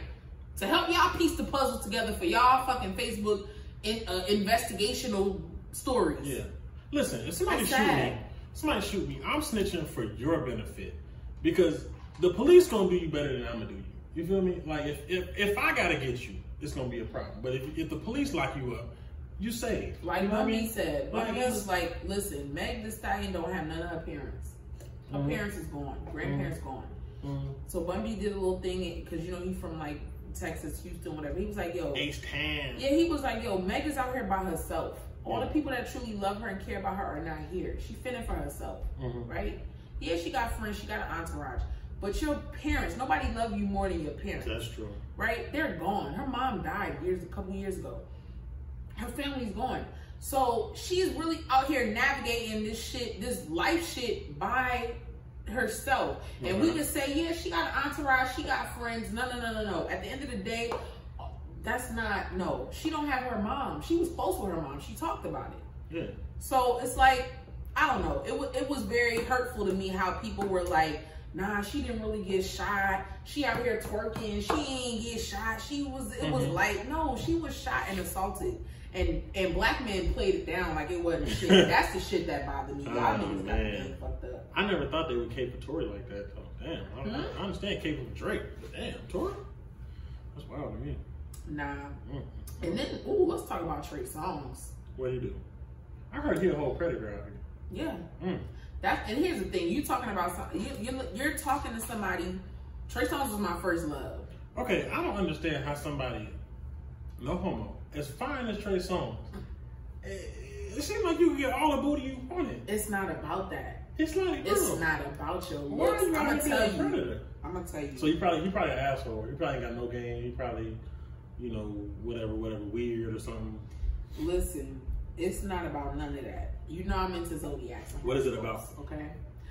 to help y'all piece the puzzle together for y'all fucking Facebook in, uh, investigational stories. Yeah. Listen, if somebody That's shoot me, sad. somebody shoot me, I'm snitching for your benefit because the police gonna do you better than I'm gonna do you. You feel me? Like if if, if I gotta get you, it's gonna be a problem. But if, if the police lock you up, you saved. Like you know my what I B mean? said, my Like, B that's- was like, listen, Meg the Stallion don't have none of her parents. Her Mhm. parents is gone, grandparents gone. Mm, So Bun B did a little thing because you know he's from like Texas, Houston, whatever. He was like, "Yo, Ace Tan. yeah." He was like, "Yo, Meg is out here by herself. All the people that truly love her and care about her are not here. She fending for herself, Mhm. right? Yeah, she got friends, she got an entourage, but your parents, nobody love you more than your parents, That's true. right? They're gone. Her mom died years, a couple years ago. Her family's gone. So she's really out here navigating this shit, this life shit by herself. And we Mhm. can say, yeah, she got an entourage, she got friends. No, no, no, no, no. At the end of the day, that's not no. She don't have her mom. She was close with her mom. She talked about it. Yeah. So it's like, I don't know. It was it was very hurtful to me how people were like, nah, she didn't really get shot. She out here twerking. She ain't get shot. She was it was Mhm. like, no, she was shot and assaulted. And and black men played it down like it wasn't shit. That's the shit that bothered me. Y'all Oh, niggas got the man. game fucked up. I never thought they would cape for Tory like that though. Damn. I, Mhm. I understand caping for Drake, but damn, Tory? That's wild to me. Nah. Mm. And then, ooh, let's talk about Trey Songz. What he do? I heard he a whole predator out here. Yeah. Mm. That's and here's the thing. You talking about some, you, you you're talking to somebody. Trey Songz was my first love. Okay, I don't understand how somebody, no homo, as fine as Trey Songz, it, it seems like you can get all the booty you wanted. It's not about that. It's like, It's girl, not about your Why looks. are I'm you out gonna here being tell a you. predator? I'm gonna tell you. So you probably you probably an asshole. You probably got no game. You probably, you know, whatever, whatever, weird or something. Listen, it's not about none of that. You know I'm into zodiacs. What is it about? Okay.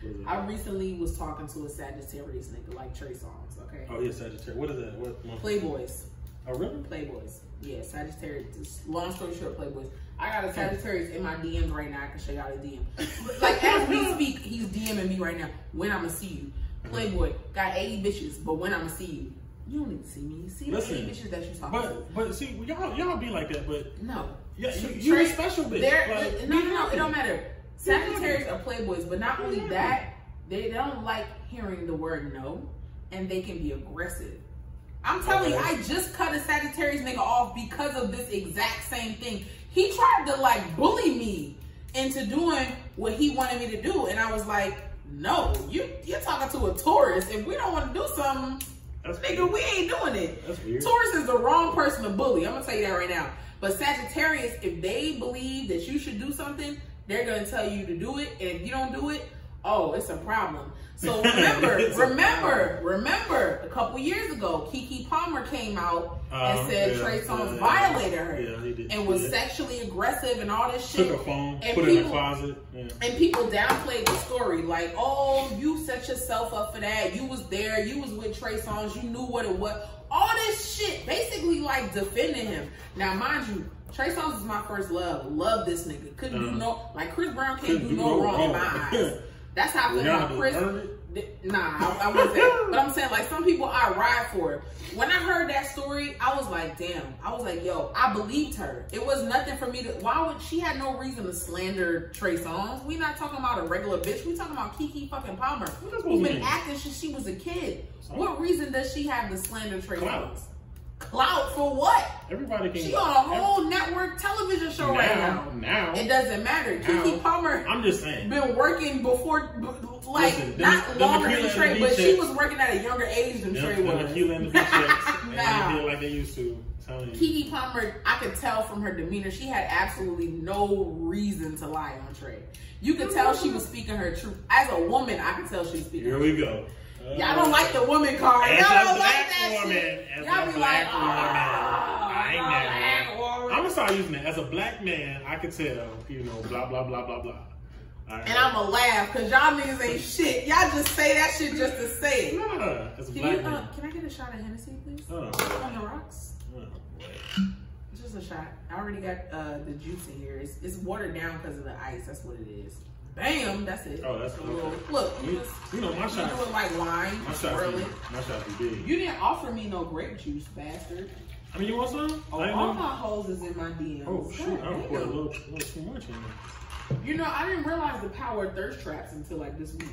What is it? I recently was talking to a Sagittarius nigga like Trey Songz. Okay. oh yeah, Sagittarius. What is that? What? month? Playboys. Oh really? Playboys. Yeah, Sagittarius. Just long story short, Playboys. I got a Sagittarius in my DMs right now. I can show y'all the DM. But, like as we speak, he's DMing me right now. When I'ma see you, Mm-hmm. Playboy got eighty bitches, but when I'ma see you, you don't need to see me. See the Listen, eighty bitches that you talking to. But but see, y'all y'all be like that. But No. yeah, you, Tra- you're a special bitch. They're, Like, no, be no, no, happy. it don't matter. Sagittarius are Playboys, but not only that, They don't like hearing the word no, and they can be aggressive. I'm telling you, I just cut a Sagittarius nigga off because of this exact same thing. He tried to like bully me into doing what he wanted me to do, and I was like, "No, you you're talking to a Taurus. If we don't want to do something, That's nigga, we ain't doing it." That's weird. Taurus is the wrong person to bully. I'm gonna tell you that right now. But Sagittarius, if they believe that you should do something, they're gonna tell you to do it, and if you don't do it, oh, it's a problem. So remember, It's a remember, remember, a couple years ago, Kiki Palmer came out Um, and said yeah, Trey Songz yeah, violated her Yeah, he did. and was yeah. sexually aggressive and all this Took shit. a phone, and put it in a people- closet. Yeah. And people downplayed the story, like, "Oh, you set yourself up for that. You was there. You was with Trey Songz. You knew what it was. All this shit, basically, like defending him. Now, mind you, Trey Songz is my first love. Love this nigga. Couldn't do Uh-huh. no, like Chris Brown can't Couldn't Mm. do no wrong in my eyes. That's how I feel about Rihanna Chris. earned it. Nah, I, I wouldn't say. But I'm saying, like, some people I ride for. it. When I heard that story, I was like, damn. I was like, yo, I believed her. It was nothing for me to. Why would she had no reason to slander Trey Songz? We not talking about a regular bitch. We talking about Kiki fucking Palmer, What does that who's been mean? acting since she was a kid. What reason does she have to slander Trey Clout. Songz? Clout for what? Everybody can. She on a whole network television show right now. now. Now, It doesn't matter. Kiki Now. Palmer I'm just saying. been working before, b- like Listen, them- not them longer tequila than and Trey, the but beach she checks. was working at a younger age than Trey Them, them was. tequila and the beach checks, and Nah. they feel like they used to. I'm telling you. Kiki Palmer, I could tell from her demeanor, she had absolutely no reason to lie on Trey. You could tell she was speaking her truth. As a woman, I could tell she was speaking. Here her we go. Y'all don't like the woman card. As Y'all a don't like black that woman, shit. as Y'all a be black like, oh, woman, I ain't black never- woman. I'm gonna start using that as a black man. I can tell, you know, blah blah blah blah blah. All right. And I'ma laugh because y'all niggas ain't shit. Y'all just say that shit just to say it. nah, as a Can black you, uh, man. can I get a shot of Hennessy, please? Oh, On the rocks. oh, boy. Just a shot. I already got uh, the juice in here. It's, it's watered down because of the ice. That's what it is. Bam, that's it. Oh, that's A okay. little- Look, you You, just you know my you do it shot. like wine. My shot. swirl Be, it. my shot be big. You didn't offer me no grape juice, bastard. I mean, you want some? Oh, I ain't all know- my hoes is in my DMs. oh shoot! I don't God put a damn. little, little too much in there. You know, I didn't realize the power of thirst traps until like this week.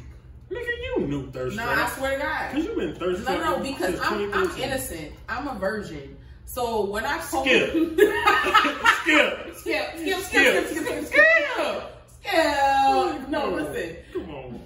Nigga, you knew thirst No, trap. I swear to God. Cause you been thirst No, no, trapping because since I'm, I'm 2013. innocent. I'm a virgin. So when I told Skip. Skip. skip, skip, skip, skip, skip, skip, skip, skip. Uh, No, listen. Come on.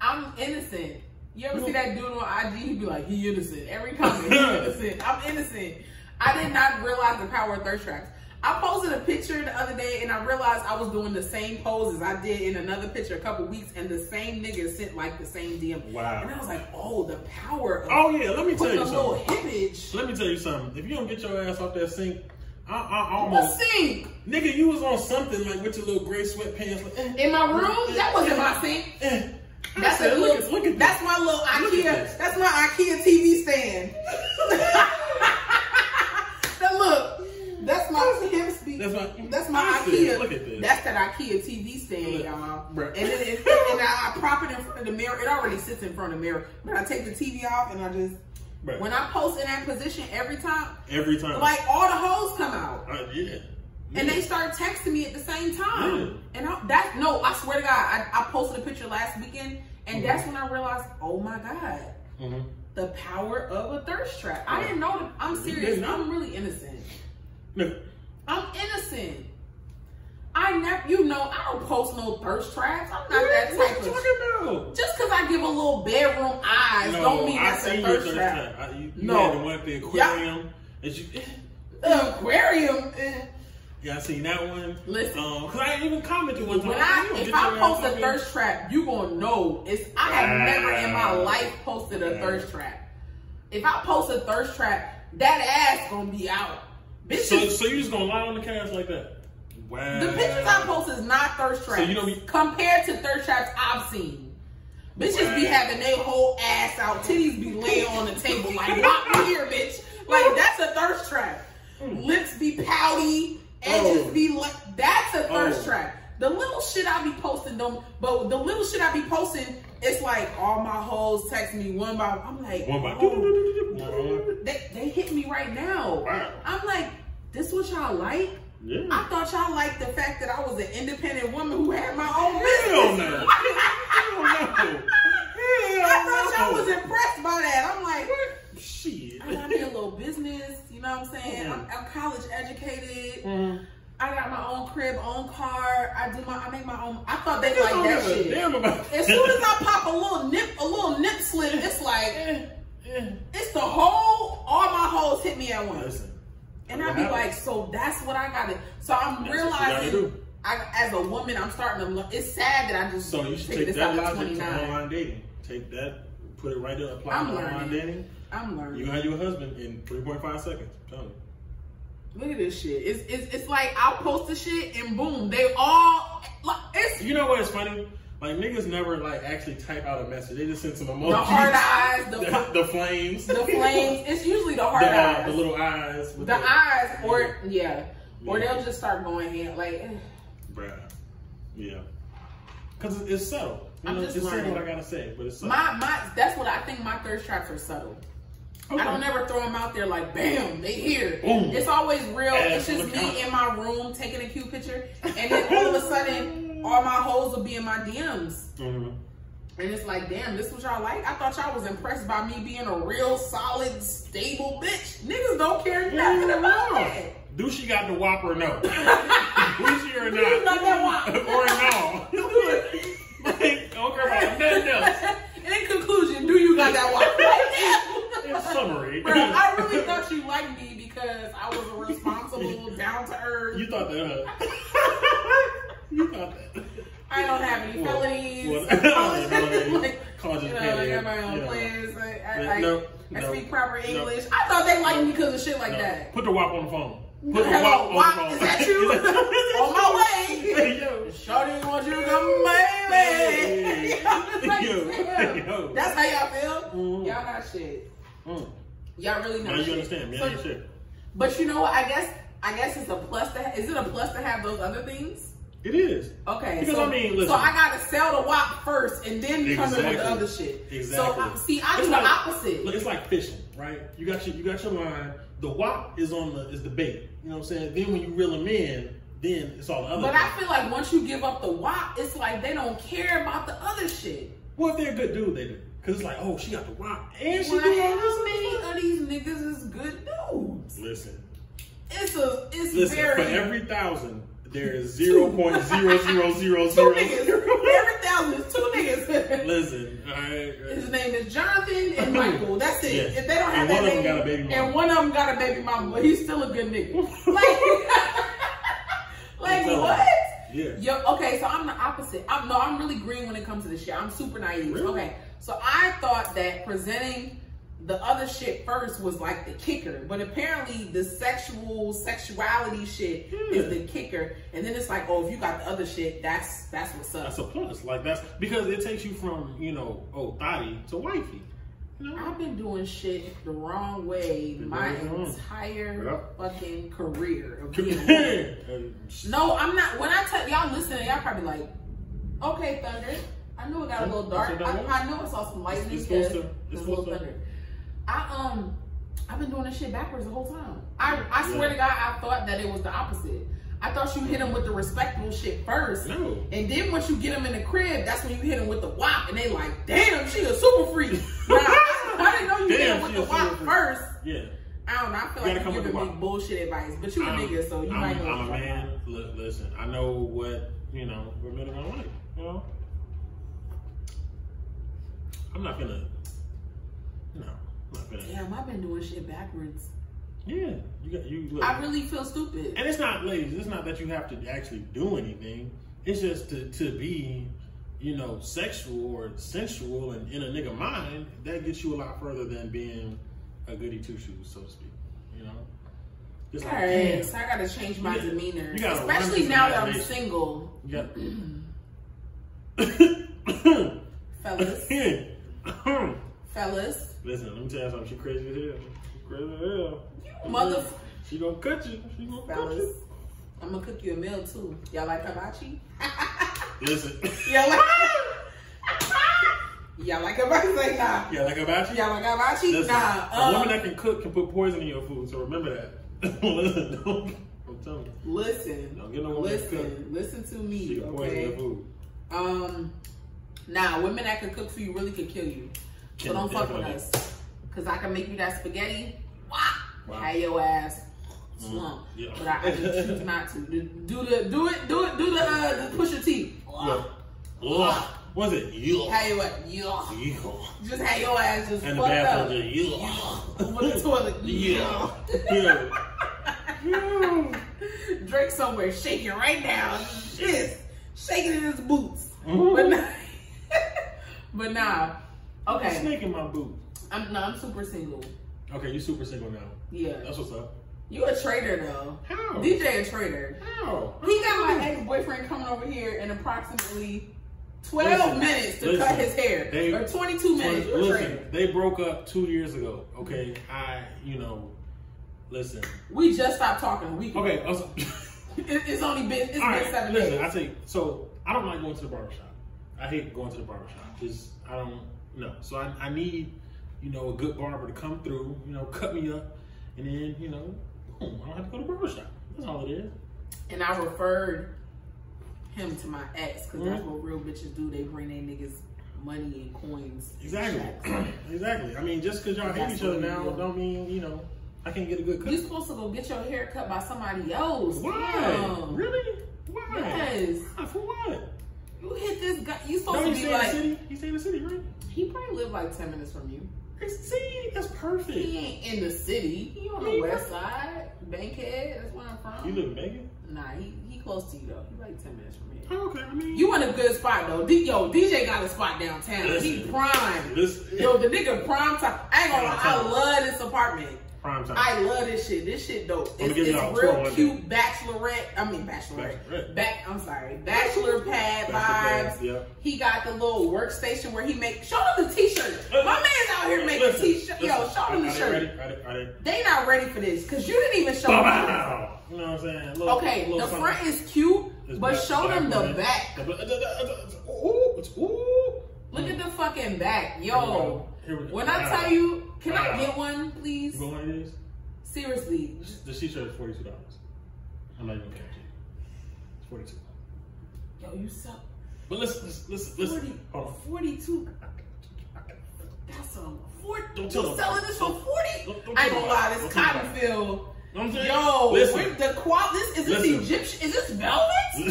I'm innocent. You ever see that dude on IG? He be like, he innocent. Every comment, he innocent. I'm innocent. I did not realize the power of thirst traps. I posted a picture the other day and I realized I was doing the same pose as I did in another picture a couple weeks and the same nigga sent like the same DM. Wow. And I was like, oh, the power of Oh yeah, let me tell putting you a little something. hibbage. Let me tell you something. If you don't get your ass off that sink, I, I What almost sink? nigga, you was on something like with your little gray sweatpants. Like, eh, In my room? That wasn't my sink. eh. I That's said, a look, little, at- look at that's my little at this. IKEA. That's my IKEA TV stand. now look, that's my hip speak. That's my- that's my I said, IKEA. look at this. That's that IKEA TV stand, Look, y'all. bruh. And then it, and I, I prop it in front of the mirror. It already sits in front of the mirror, but I take the TV off and I just Bruh. when I post in that position every time, every time. like all the hoes come out. uh, yeah. And they started texting me at the same time. Really? And I, that no, I swear to God, I, I posted a picture last weekend, and that's when I realized, oh my God, Mhm. the power of a thirst trap. I didn't know. That, I'm serious. didn't know. I'm really innocent. Look, I'm innocent. I never, you know, I don't post no thirst traps. I'm not that what type you of. talking about? Just because I give a little bedroom eyes, don't mean I that's seen a your thirst trap. trap. I, you, you No. had the one at the aquarium. And you, eh. The aquarium. eh. yeah, I seen that one. Listen. Um, cause I ain't even commented one time. When You I don't get if your I ass up post a in- thirst trap, you gonna know it's I have never in my life posted a thirst trap. If I post a thirst trap, that ass gonna be out. So, Bitches, so you just gonna lie on the couch like that? Wow. the pictures I post is not thirst traps. you don't be- compared to thirst traps I've seen. Bitches be Wow. having their whole ass out, titties be laying on the table like not me here, bitch. Like that's a thirst trap. Lips be pouty, edges Mm. Oh. be like that's a thirst Oh. trap. The little shit I be posting don't but the little shit I be posting, it's like all my hoes text me one by I'm like One by oh, two. they, they hit me right now. Wow. I'm like, this what y'all like? I Yeah. thought y'all liked the fact that I was an independent woman who had my own Hell business. no. Hell no. saying? Mhm. I'm, I'm college educated. Mhm. I got my own crib, own car. I do my, I make my own. I thought they Niggas like don't that give a shit. damn about As soon as I pop a little nip, a little nip slip, it's like Yeah, yeah. it's the whole, all my hoes hit me at once, eh. Listen. and what I be happened. like, so that's what I got to. So I'm That's what you gotta realizing, do. I, as a woman, I'm starting to. look It's sad that I just So you should figured take this that out at logic to 29. online dating. Take that, put it right there, apply I'm it to online learning. dating. I'm learning. You gonna have your husband in 3.5 seconds. Tell me. Look at this shit. It's it's, it's like I'll post the shit and boom, they all like it's You know what is funny? Like niggas never like actually type out a message. They just send some emojis. the hard eyes, the the, the flames, the flames. It's usually the the, hard uh, eyes, the little eyes, with the eyes, or yeah, or Yeah. they'll just start going hand like. eh. Bruh. Yeah, because it's subtle. You I'm know, just it's learning. subtle. What I gotta say, but it's subtle. My my that's what I think. My thirst traps are subtle. I don't ever throw them out there like bam, they here. Boom. It's always real. Ass it's just look me out. in my room taking a cute picture, and then all of a sudden, all my hoes will be in my DMs. Mhm. And it's like, damn, this what y'all like? I thought y'all was impressed by me being a real solid, stable bitch. Niggas don't care nothing Mm-hmm. about that. Do she got the wop or no? Do she or Niggas not? not that wild. or no? like, don't care about nothing else. In conclusion, do you got that walk? In summary, Bro, I really thought you liked me because I was a responsible, down to earth. you thought that. Huh? you thought that. I don't have any Well, felonies. well, I don't know, man. like, College you is know, petty, I got my own yeah. plans. I, I, Yeah, I, no, I no, speak proper no. English. I thought they liked me because of shit like No. that. Put the wop on the phone. Put the wop Hello, Wop, on the phone. is that you? On my way. Hey, yo. Shorty want you to come, baby. Hey. I'm just like, Yo. damn. Yo. That's how y'all feel. Mhm. Y'all not shit. Mm. Y'all really Now not. you shit. understand, man. So- you should. But you know what? I guess I guess it's a plus. To ha- is it a plus to have those other things? It is. Okay. Because, so, I mean, so listen. I gotta sell the WAP first, and then come in with Exactly. the other shit. So Exactly. I, see, I do It's the like- opposite. Look, it's like fishing, right? You got your you got your line. The wop is on the is the bait. You know what I'm saying? Then when you reel them in, then it's all the other. but I things. feel like once you give up the WAP, it's like they don't care about the other shit. well, if they're a good dude, they do. Cause it's like, oh, she got the wop, and she Like, do all how this. many of these niggas is good dudes? Listen, It's a, it's listen. very. For every thousand, there is zero point zero zero zero two zero niggas. zero. Every thousand is two niggas. Listen, all right. His name is Jonathan and Michael. That's it. Yes. If they don't And have that one of them name, got a baby mama. and one of them got a baby mama, but he's still a good nigga. Like, like telling you. what? Yeah. Yo, okay, so I'm the opposite. I'm no, I'm really green when it comes to this shit. I'm super naive. Really? Okay, so I thought that presenting the other shit first was like the kicker, but apparently the sexual sexuality shit Hmm. is the kicker, and then it's like, oh, if you got the other shit, that's that's what's up. That's a plus. Like that's because it takes you from you know oh thotty to wifey. You know. I've been doing shit the wrong way Been my doing it wrong. entire Yep. fucking career of being a woman. no. No, I'm not. When I tell y'all listening, y'all probably like, okay, thunder. I know it got a little dark. Is it I, that way? I know I saw some lightning. It's- it's supposed yeah, to- it's there's a supposed little to- thunder. I um, I've been doing this shit backwards the whole time. I I swear to God, I thought that it was the opposite. I thought you hit them with the respectable shit first, No. and then once you get them in the crib, that's when you hit them with the wop, and they like, damn, she a super freak. Nah, I, I didn't know you hit Damn, them with she the a super wop freak. first. Yeah. I don't know. I feel You gotta like come you're with the giving me wop. bullshit advice, but you a I'm- nigga, so you I'm, might know. I'm a what you're talking man. about. Look, listen, I know what you know. What men are gonna like. You know. I'm not gonna. No, I'm not gonna. Damn, I've been doing shit backwards. Yeah, you got you. Look. I really feel stupid. and it's not, ladies. It's not that you have to actually do anything. It's just to to be, you know, sexual or sensual and in a nigga mind that gets you a lot further than being a goody two shoes, so to speak. You know. Just All like, right, damn. so I gotta change my You got- demeanor, you gotta especially run this now that I'm imagination. Yeah. single, fellas. Listen, fellas, let me tell you something. She crazy as hell. She crazy as hell. mother, She gonna cut you. She gonna cut fellas. you. I'm gonna cook you a meal too. Y'all like hibachi? Listen. Y'all like? Y'all like hibachi? Like nah. Yeah, like about you. Y'all like hibachi? Listen, nah. a Um, woman that can cook can put poison in your food, so remember that. Listen, don't, I'm telling you. listen, Don't get no woman to cook. listen, listen to She me, can poison your okay? food. Um, nah, women that can cook for you really could kill you. So Can don't fuck with definitely. us. Cause I can make you that spaghetti. Wah! Wow. Mm-hmm. Have your ass slump. Yeah. But I, I just choose not to. Do, do the do it do it do the, uh, the push your teeth. Yeah. Ugh. Was it you? How you what? Yeah. Just had your ass just And the fucked up. bathroom just With the toilet. Yeah. Yeah. Yeah. Drake somewhere shaking right now. Shit. Shaking in his boots. Mhm. But nah. but nah. Okay. Snake in my boot. I'm no, I'm super single. Okay, you super single now. Yeah. That's what's up. You a traitor though. How? DJ a traitor. How? He got my ex boyfriend coming over here in approximately 12 Listen, minutes to listen, cut his hair. they- or 22 minutes. You a Listen, traitor. they broke up two years ago. Okay, I, you know, listen. We just stopped talking a week ago. Okay, also, It, it's only been, it's all been right. seven Listen, days. I tell you. So I don't like going to the barbershop. I hate going to the barbershop. Just I don't know. So I, I need, you know, a good barber to come through. You know, cut me up, and then you know, boom, I don't have to go to the barbershop. That's all it is. And I referred him to my ex because that's Mhm. what real bitches do. They bring their niggas money and coins. and checks. Exactly. exactly. I mean, just because y'all hate That's each other what we now, do. don't mean you know I can't get a good cut. You supposed to go get your hair cut by somebody else. Why? Damn. Really? Why? Yes. Why? For what? You hit this guy. You supposed Don't he stay to in be the like, city? He stay in the city, right? he probably live like 10 minutes from you. See, that's perfect. He ain't in the city. He on the He west side, Bankhead. That's where I'm from. You live in Megan? nah, he, he close to you though. He like ten minutes from here. Oh, okay. I mean, You in a good spot though. D- yo, DJ got a spot downtown. He Listen. prime. this Yo, the nigga prime time. I ain't gonna lie. I Prime time. love this apartment. prime time. I love this shit. This shit dope. I'ma It's, give it's y'all a tour real one cute bachelorette. I mean bachelorette. Bachelorette. Back. I'm sorry. Bachelor pad Bachelor vibes. pad, yeah. He got the little workstation where he make. Show them the t-shirt. My man's out here making Uh, Listen, t-shirt. Yo, listen, show them the are they shirt. Ready? Are they, are they, They not ready for this because you didn't even show Bow, them. bow. You know what I'm saying? A little- a Okay, little the something. front is cute, It's but black- show black them the woman. back. The bla- the- the- the- the- Ooh, it's ooh. Look at the fucking back, Here we yo. go. Here we go. When I Wow. tell you, can I Wow. get one, please? You know what it is? Seriously, just- The t-shirt is forty-two dollars. I'm not even gonna catch it. It's forty-two. yo, you suck. But listen, listen, listen, Forty, listen. Hold on. forty-two. That's a four. Don't you tell them. selling this for Don't- forty? don't- don't I ain't tell gonna them. lie, this Don't tell them. cotton field. Know what I'm saying? Yo, listen. with the qual. This is this Listen. Egyptian? Is this velvet? Look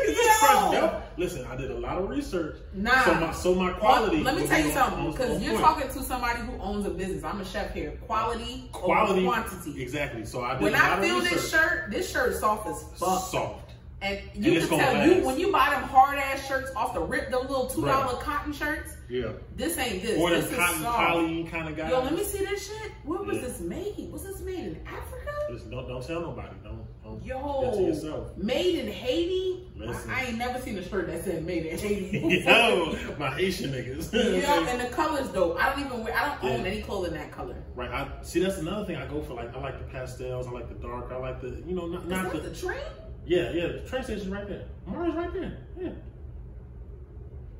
at this Yo. fresh yo. Listen, I did a lot of research. Nah. So my so my quality. Let me was tell you on- something, was because on you're point. talking to somebody who owns a business. I'm a chef here. Quality, quality quality, quantity. Exactly. So I did When a lot I feel of research. this shirt, this shirt's soft as fuck. soft. And And you it's can gonna tell you last. when you buy them hard ass shirts off the rip, them little two dollar Bruh. cotton shirts. Yeah. This ain't this. Or this the is cotton soft. poly kind of guy. Yo, let me see this shit. Where was Yeah. this made? Was this made in Africa? Listen, don't don't tell nobody. Don't. don't Yo, That's to yourself. made in Haiti. Listen. I, I ain't never seen a shirt that said made in Haiti. Yo, my Haitian niggas. Yeah, and the colors dope. I don't even wear. I don't own Yeah. any clothing that color. Right, I see. That's another thing I go for. Like, I like the pastels. I like the dark. I like the, you know, not, Is not that the, the train? yeah, yeah. The train station's right there. Mars right there. Yeah,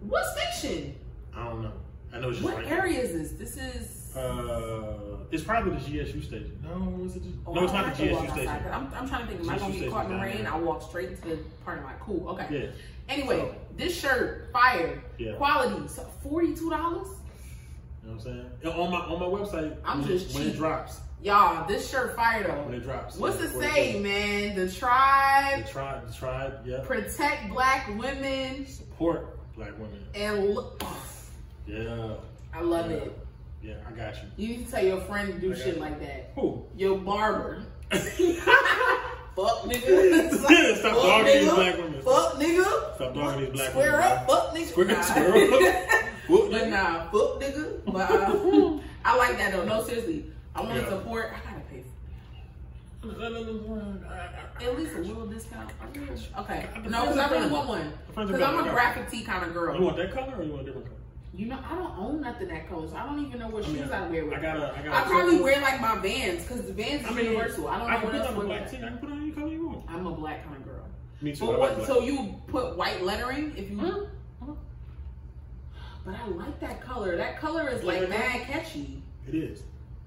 What station? I don't know. I know it's just What right there. area is this? This is. Uh, it's probably the GSU station. No, is it? The, Oh, no, it's I not have the to walk GSU outside, station. 'cause I'm, I'm trying to think. Am I GSU gonna get station caught in the down rain? there. I walk straight into the part of my cool. Okay. Yeah, Anyway, So- this shirt, fire, Yeah. quality, so forty two dollars. you know what I'm saying. And on my on my website, I'm when it- just when cheap. it drops, Y'all, this shirt fire when it though. drops. What's yeah, it where say, goes. man? The The tribe tribe, the tribe, yeah. protect black women Support black women. and look. Yeah, I love Yeah. it. yeah. I got you. You need to tell your friend to do I got shit you. like that. Who? Your barber. fuck nigga. Stop dogging Fuck, these nigga. black women. Fuck nigga. Stop dogging these black Square women. up, fuck nigga. Square Nah. up, square up. Whoop, but nigga. nah, fuck nigga. But uh, I like that though. No, seriously. I want Yeah. to support. I gotta pay at least a little discount. Okay. No, because I really want one. Friends are Because I'm a better. graphic tee kind of You girl. want that color or you want a different color? You know, I don't own nothing that colors. I don't even know what shoes I wear with. I got a. I got. I a probably purple. wear like my Vans because the Vans is universal. I don't I know can what put else on a to wear. black tee. I can put on any color you want. I'm a black kind of girl. Me too. I But like what, black. so you put white lettering if you. But I like that color. That color is like Yeah. mad catchy. It is.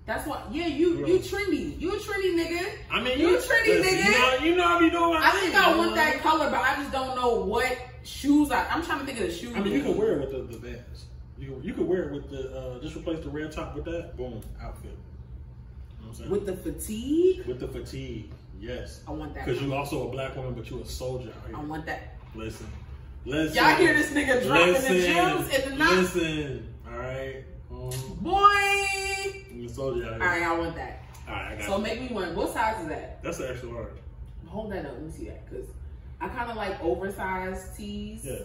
That's why. Yeah, you Yeah. you trendy. You a trendy nigga. I mean, You trendy, listen, nigga. You know, you know I be doing. I think I want that color, but I just don't know what shoes I. I'm trying to think of the shoes. I mean, you can wear it with the, the Vans. You can, you can wear it with the uh, just replace the red top with that. Boom, outfit. I'm saying? With the fatigue, With the fatigue, yes. I want that. Because you also a black woman, but you a soldier out I here. want that. Listen. Listen. Y'all hear this nigga dropping the gems in the night, Listen. All right. Um, boy. All you a soldier out here. right, I want that. All right, I got So you. make me one. What size is that? That's an extra large. Hold that up. Let me see that. Cause I kind of like oversized tees. Yeah.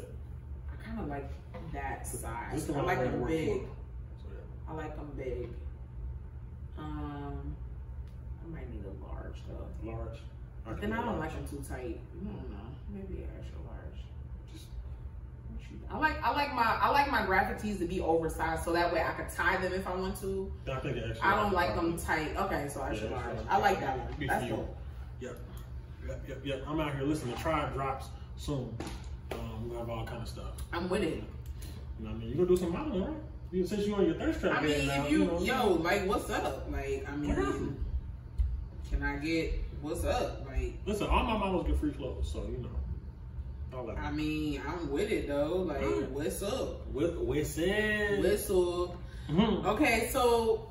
I kind of like that This is size. the I one like I like to them work big. for. So, yeah. I like them big. Um, I might need a large though. Large. can Then do I don't large. like them too tight. I don't know. Maybe an extra large. Just- I like I like my I like my graphic tees to be oversized so that way I could tie them if I want to. I think an extra I don't large like probably. them tight. Okay, so Yeah, extra extra large. large. I like that Be one. for That's you. dope. Yep, yep, yep. I'm out here. Listen, the tribe drops soon. Um, we have all kind of stuff. I'm with it. You know what I mean? You gonna do some modeling, right? You, since you on your thirst trap I mean, game now, if you, know, yo, like, what's up? Like, I mean, What happened? can I get what's up? Like, Listen, all my models get free clothes, so you know. All that. I mean, I'm with it though. Like, Alright. what's up? With Wissing. What's up? Mm-hmm. Okay, so,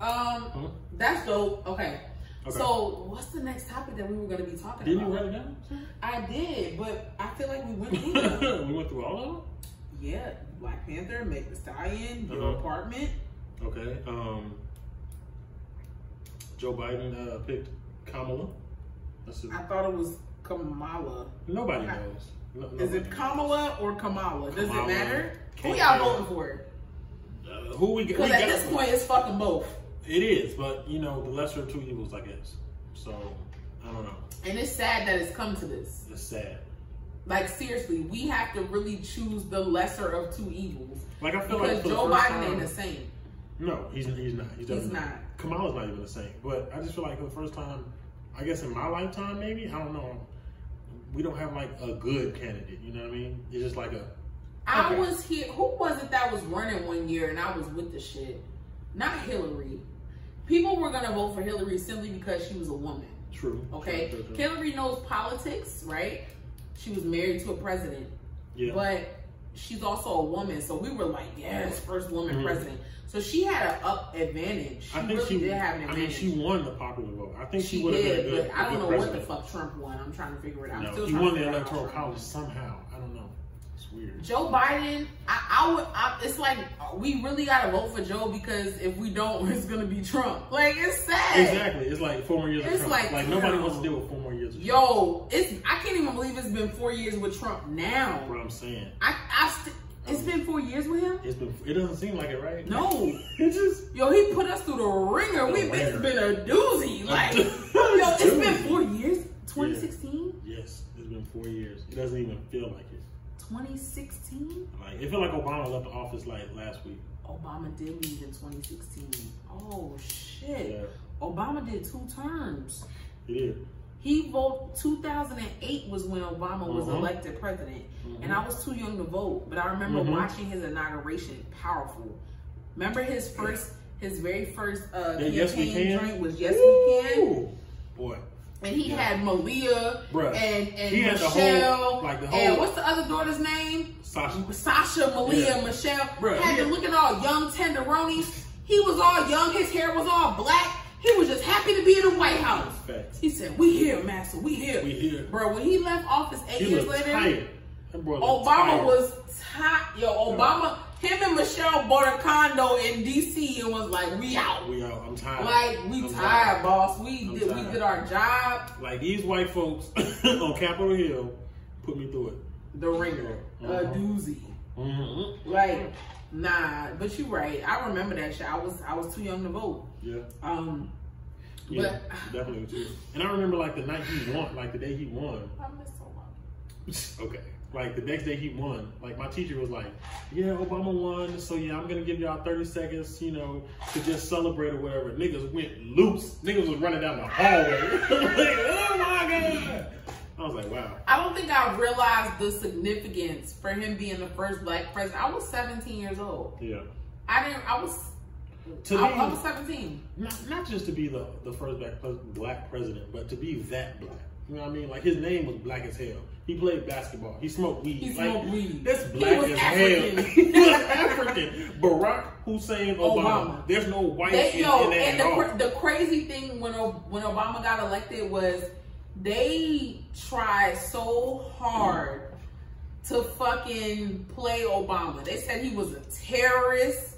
um, Huh? that's dope. Okay. Okay. So, what's the next topic that we were gonna be talking Didn't you about? write it down? I did, but I feel like we went through them. we went through all yeah, Black Panther, Make the Stallion, your Uh-huh. apartment. of them? Okay. Um, Joe Biden uh, picked Kamala. That's his, I thought it was Kamala. nobody knows. No- Is nobody it Kamala or Kamala? Does Kamala. it matter? Who Can't y'all matter. voting for? knows. Uh, who we, we Because at got- this point, it's fucking both. It is, but you know, the lesser of two evils, I guess. So I don't know. And it's sad that it's come to this. It's sad. Like, seriously, we have to really choose the lesser of two evils. Like I feel Because like for the Joe first Biden time- ain't the same. No, he's he's not. He's, He's definitely not. Kamala's not even the same. But I just feel like for the first time, I guess in my lifetime, maybe I don't know. We don't have like a good candidate. You know what I mean? It's just like a I Okay. was here. Who was it that was running one year and I was with the shit? Not Hillary. People were going to vote for Hillary simply because she was a woman. true. Okay? true, true, true. Hillary knows politics, right? She was married to a president. Yeah. but she's also a woman, so we were like, yes, first woman Mhm. president. So she had an up advantage. She I think really she. did have an I mean, advantage. she won the popular vote. I think she, She would have been a did, good. but I a don't know good president. what the fuck Trump won. I'm trying to figure it out. I'm No, still he trying to won the figure out electoral how Trump college won. somehow. I don't know. It's weird. Joe Biden, I, I would. I, it's like we really gotta vote for Joe because if we don't, it's gonna be Trump. Like it's sad. Exactly. It's like four more years It's of Trump. like, Like, nobody yo. wants to deal with four more years of Trump. Yo, it's I can't even believe it's been four years with Trump now. That's what I'm saying. I, I st- it's been four years with him. It's been, it doesn't seem like it, right? No. it just Yo, he put us through the ringer. We it's ringer. been a doozy. Like, yo, it's been four years. 2016? Yes, it's been four years. It doesn't even feel like it. 2016? Like it felt like Obama left the office like last week. Obama did leave in 2016. Oh shit. Yeah, Obama did two terms. it is. He vote 2008 was when Obama was Mhm. elected president. Mhm. And I was too young to vote, but I remember Mhm. watching his inauguration. Powerful. Remember his first his very first uh That Yes We campaign Can? drink was Yes We Can. Ooh, boy, And he Yeah. had Malia Bruh. and, and He had the Michelle. whole- like, the and whole- what's the other daughter's name? Sasha. Sasha, Malia, Yeah. Michelle. Bruh, had he- them looking all young tenderonies. He was all young. His hair was all black. He was just happy to be in the White House. Facts. He said, "We here, Master. We here." We here. Bro, when he left office eight He years looked later, tired. That boy looked Obama tired. was tired. Yo, Obama, him and Michelle bought a condo in D.C. and was like, "We out. We out. I'm tired. Like we I'm tired, boss. We I'm did. We tired. did our job. Like these white folks on Capitol Hill put me through it. The Ringer, a Uh-huh. doozy. Mm-hmm. Like, nah, but you right. I remember that shit. I was I was too young to vote. Yeah. Um, Yeah, but definitely was you. And I remember like the night he won, like the day he won. I miss Obama. Okay. Like the next day he won. Like my teacher was like, "Yeah, Obama won, so yeah, I'm gonna give y'all 30 seconds, you know, to just celebrate or whatever." Niggas went loose. Niggas was running down the hallway. like, oh my god! I was like, wow. I don't think I realized the significance for him being the first black president. I was 17 years old. Yeah. I didn't. I was. To I, I me- was 17. Not not just to be the the first black pres- black president, but to be that black. You know what I mean? Like his name was black as hell. He played basketball. He smoked weed. He like, smoked weed. That's He black was as hell. African. he was African. Barack Hussein Obama. Obama. There's no white They, in, yo, in that and at all. the, cra- the crazy thing when O- when Obama got elected was they tried so hard to fucking play Obama. They said he was a terrorist.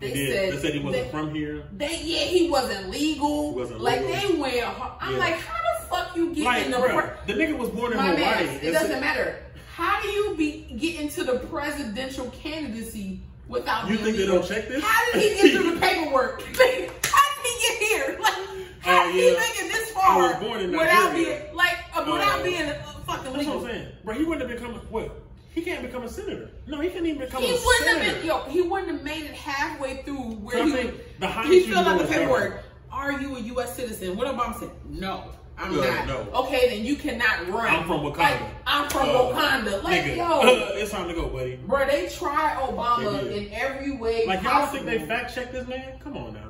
they, did. Said, they said he wasn't they- from here. They yeah, he wasn't legal. He wasn't like legal. they went. hard. I'm Yeah. like, how the fuck you get Like, in the? bruh, pre- the nigga was born in My Hawaii. man, it That's doesn't matter. How do you be get into the presidential candidacy without? You being think they legal? don't check this? How did he get through the paperwork? Like, how did he get here? Like, how Oh, did he yeah. make it this I far was born in without Nigeria. being like uh, without Oh. being uh, fucking That's what legal? I'm saying. Bro, he wouldn't have become what? He can't become a senator. No, he can't even become He a wouldn't senator. have been yo. He wouldn't have made it halfway through where So I he think the highest he you filled go out the is paperwork. Are you a U.S. citizen? What Obama said? No, I'm Yeah, not. no. Okay, then you cannot run. I'm from Wakanda. Like, I'm from Uh, Wakanda. Like nigga, yo, it's time to go, buddy. bro, they tried Obama They did. in every way. Like, y'all possible. think they fact check this man? Come on now.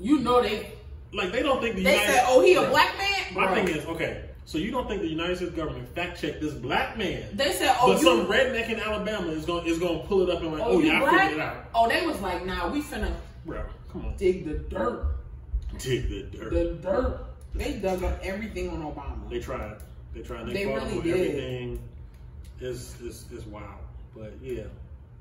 You know they. Like, they don't think the They United said, "Oh, he a Bruh, black man." My Bruh. thing is, okay, so you don't think the United States government fact checked this black man? They said, "Oh, but you, some redneck in Alabama is going to is gonna pull it up and, like, oh, oh, you yeah, I black?" figured it out. Oh, they was like, "Nah, we finna Bro, come on. dig the dirt, Dig the dirt. the dirt." They dug up everything on Obama. They tried. They tried. They, They fought really for did. everything. It's, it's, it's wild. But, yeah.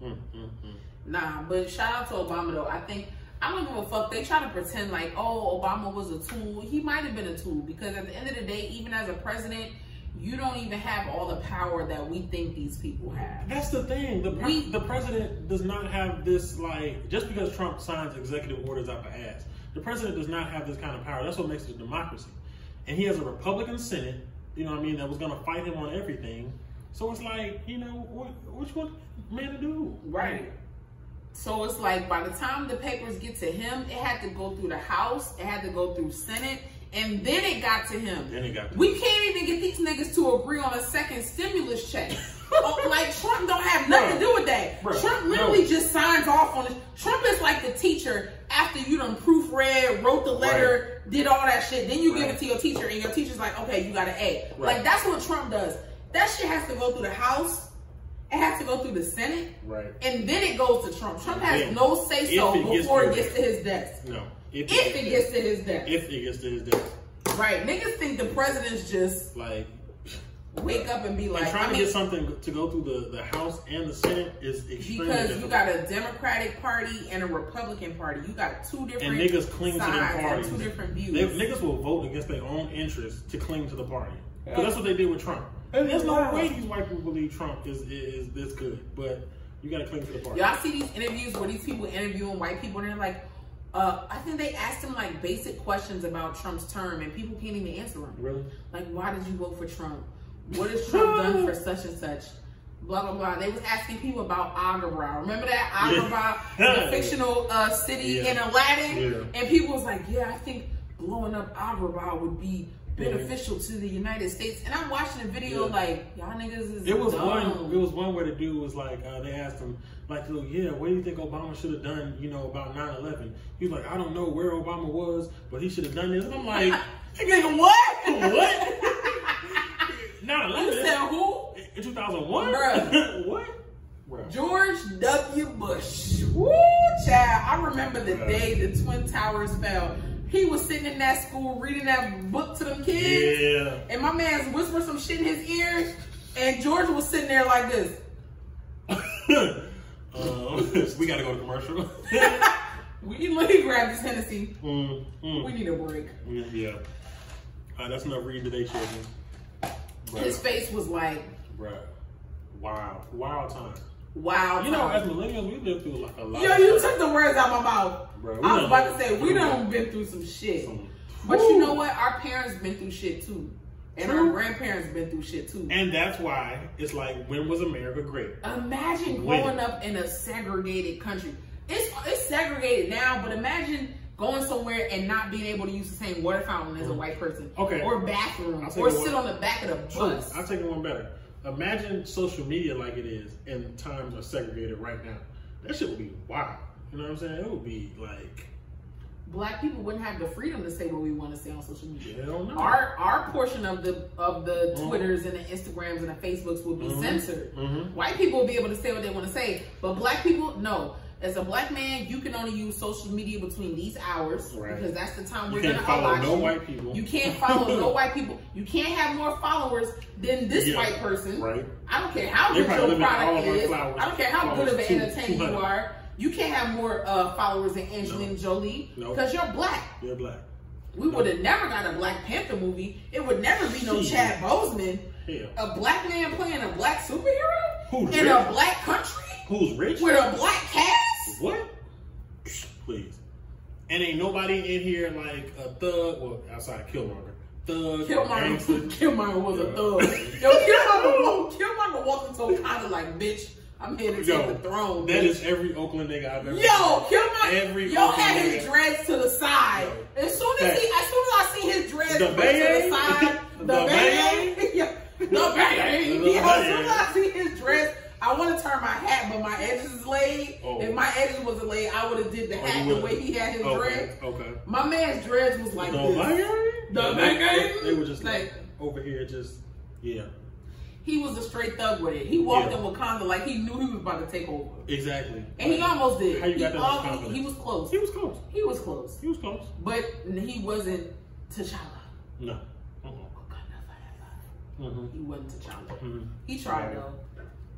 Mm, mm, mm. Nah, but shout out to Obama though. I think I don't give a fuck. They try to pretend like, oh, Obama was a tool. He might have been a tool because at the end of the day, even as a president, you don't even have all the power that we think these people have. That's the thing. The, pre- We- the president does not have this like just because Trump signs executive orders out the ass. The president does not have this kind of power. That's what makes it a democracy. And he has a Republican Senate. You know what I mean? That was going to fight him on everything. So it's like you know what? Which one man to do? Right. So it's like by the time the papers get to him, it had to go through the House, it had to go through Senate, and then it got to him. Then it got to we can't even get these niggas to agree on a second stimulus check. Oh, like Trump don't have nothing to do with that. Bruh, Trump no. literally just signs off on it. Trump is like the teacher after you done proofread, wrote the letter, did all that shit. Then you give Right. it to your teacher, and your teacher's like, okay, you got an A. Right. Like that's what Trump does. That shit has to go through the House. It has to go through the Senate. right. And then it goes to Trump. Trump has Then, no say so if it gets before to it gets to his desk. No. If it gets to his desk. if it gets to his death, Right. Niggas think the presidents just like wake up and be and like, trying I to mean, get something to go through the, the House and the Senate is extremely because you difficult. got a Democratic Party and a Republican Party. You got two different and niggas cling to their sides and parties. two different views. They, niggas will vote against their own interests to cling to the party. 'Cause That's what they did with Trump. There's no way these white people believe Trump is is this good, but you gotta cling to the party. Y'all see these interviews where these people interviewing white people and they're like, uh, I think they asked him like basic questions about Trump's term and people can't even answer them. Really? Like, why did you vote for Trump? What has Trump done for such and such? Blah blah blah. They was asking people about Agara. Remember that Agara, Yeah. the fictional uh, city Yeah. in Aladdin? Yeah. And people was like, "Yeah, I think blowing up Agara would be beneficial to the United States." And I'm watching the video Yeah. like, "Y'all niggas is It was dumb. one. It was one where the dude was like, uh, they asked him, like, "Look, yeah, what do you think Obama should have done? You know, about 9/11?" He was like, "I don't know where Obama was, but he should have done this." And I'm like, nigga, what? "What? You 9/11? said who? In 2001? Bruh. what? Bruh. George W. Bush. Woo, child. I remember the day the Twin Towers fell. He was sitting in that school reading that book to them kids, Yeah. and my man's whispered some shit in his ear, and George was sitting there like this. um, we gotta go to commercial. We let me grab this Hennessy. Mm, We mm, need a break. mm, yeah. Uh, that's enough reading today, children. His Bruh, face was like, bruh. Wow. Wild time. wow. You know, as millennials, we lived through like a lot. Yo, of you stuff. took the words out my mouth. Bro, we I was done- about to say we we done done- been through some shit, Some- but you Woo! know what? Our parents been through shit too, and our True. grandparents been through shit too. And that's why it's like, when was America great? Imagine Wait. growing up in a segregated country. It's it's segregated now, but imagine going somewhere and not being able to use the same water fountain as a white person. Okay. Or bathroom. I'll take Or the sit water. on the back of the bus. I'll take it one better. Imagine social media like it is, and times are segregated right now. That shit would be wild. You know what I'm saying? It would be like black people wouldn't have the freedom to say what we want to say on social media. Hell no. Our our portion of the of the Mhm. Twitters and the Instagrams and the Facebooks would be Mhm. censored. hmm White people will be able to say what they want to say, but black people, no. As a black man, you can only use social media between these hours Right. because that's the time You we're going can't to follow allow no you. white people. You can't follow no white people. You can't have more followers than this Yeah, white person. Right. I don't care how They good probably your limit all product of our is. flowers- I don't care how good flowers of an to entertainer you 200. are. You can't have more uh, followers than Angelina No. Jolie No. because you're black. They're black. We would have never got a Black Panther movie. It would never be no Jeez. Chad Bozeman, Hell. a black man playing a black superhero Who in rich? a black country Who's rich? with a black cast. What? Please. And ain't nobody in here like a thug. Well, outside of Killmonger. Thug. Killmonger, gangster. Killmonger was a Yeah. thug. Yo, Killmonger, walked- Killmonger walked into Wakanda like, bitch, I'm here to take Yo, the throne. That bitch." is every Oakland nigga I've ever. Yo, Killmonger, Every yo fucking had his nigga. dreads to the side. Yo. As soon as he, as soon as I see his dreads The put to the bang? side, the, The bang, bang? yeah, the bang. The Yeah, as soon bang. as I see his dreads, I want to turn my hat, but my edges is laid. Oh. If my edges wasn't laid, I would have did the Oh, hat you the way would've. he had his Okay. dreads. Okay. My man's dreads was like No, this. my gang? The No, my they- gang? They were just like Like- over here, just yeah. He was a straight thug with it. He walked Yeah. in Wakanda like he knew he was about to take over, Exactly. and he almost did. How you he, got that much almost- confidence? he was close. He was close. He was close, He was close. but he wasn't T'Challa. No. Uh-uh. Wakanda forever. Mm-hmm. He wasn't T'Challa. Mhm. He tried Right. though.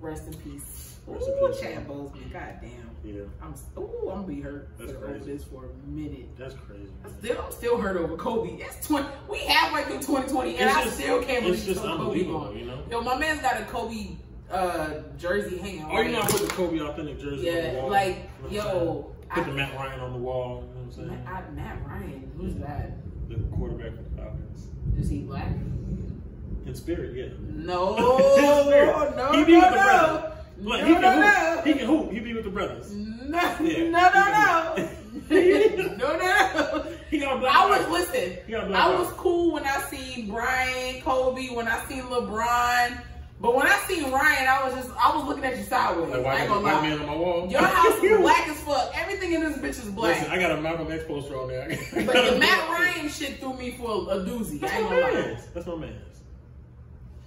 Rest in peace. Rest in Ooh, peace. Chad Boseman. God damn. Yeah, I'm s- ooh, I'm gonna be hurt That's for- over crazy. this for a minute. that's crazy. I'm man. still, I'm still hurt over Kobe. It's twenty. We halfway through 2020, and It's I just- still can't believe It's just so Kobe unbelievable, gone. you know. Yo, my man's got a Kobe uh, jersey hanging. Are you right? not with the Kobe authentic jersey? on the Yeah, wall? like You know what I'm saying? yo, I, Put the Matt Ryan on the wall. You know what I'm saying? Ma- I- Matt Ryan. Who's that? the quarterback of the Falcons. Is he black? In spirit, yeah. No, In no, spirit. Oh, no, he be no, with the no. brothers. Look, No, he, can no, hoop. no. he can hoop. He be with the brothers. No, Yeah. no, no, no, no, no. He got a black. I was eye. listen. You got a black I eye. was cool when I seen Brian, Kobe, when I seen LeBron, but when I seen Ryan, I was just I was looking at you sideways. Like, I why ain't is the gonna white man lie. on my wall? Your house is black as fuck. Everything in this bitch is black. Listen, I got a Malcolm X poster on there. but the Matt Ryan shit threw me for a doozy. That's I ain't my gonna lie. man's. That's my man's.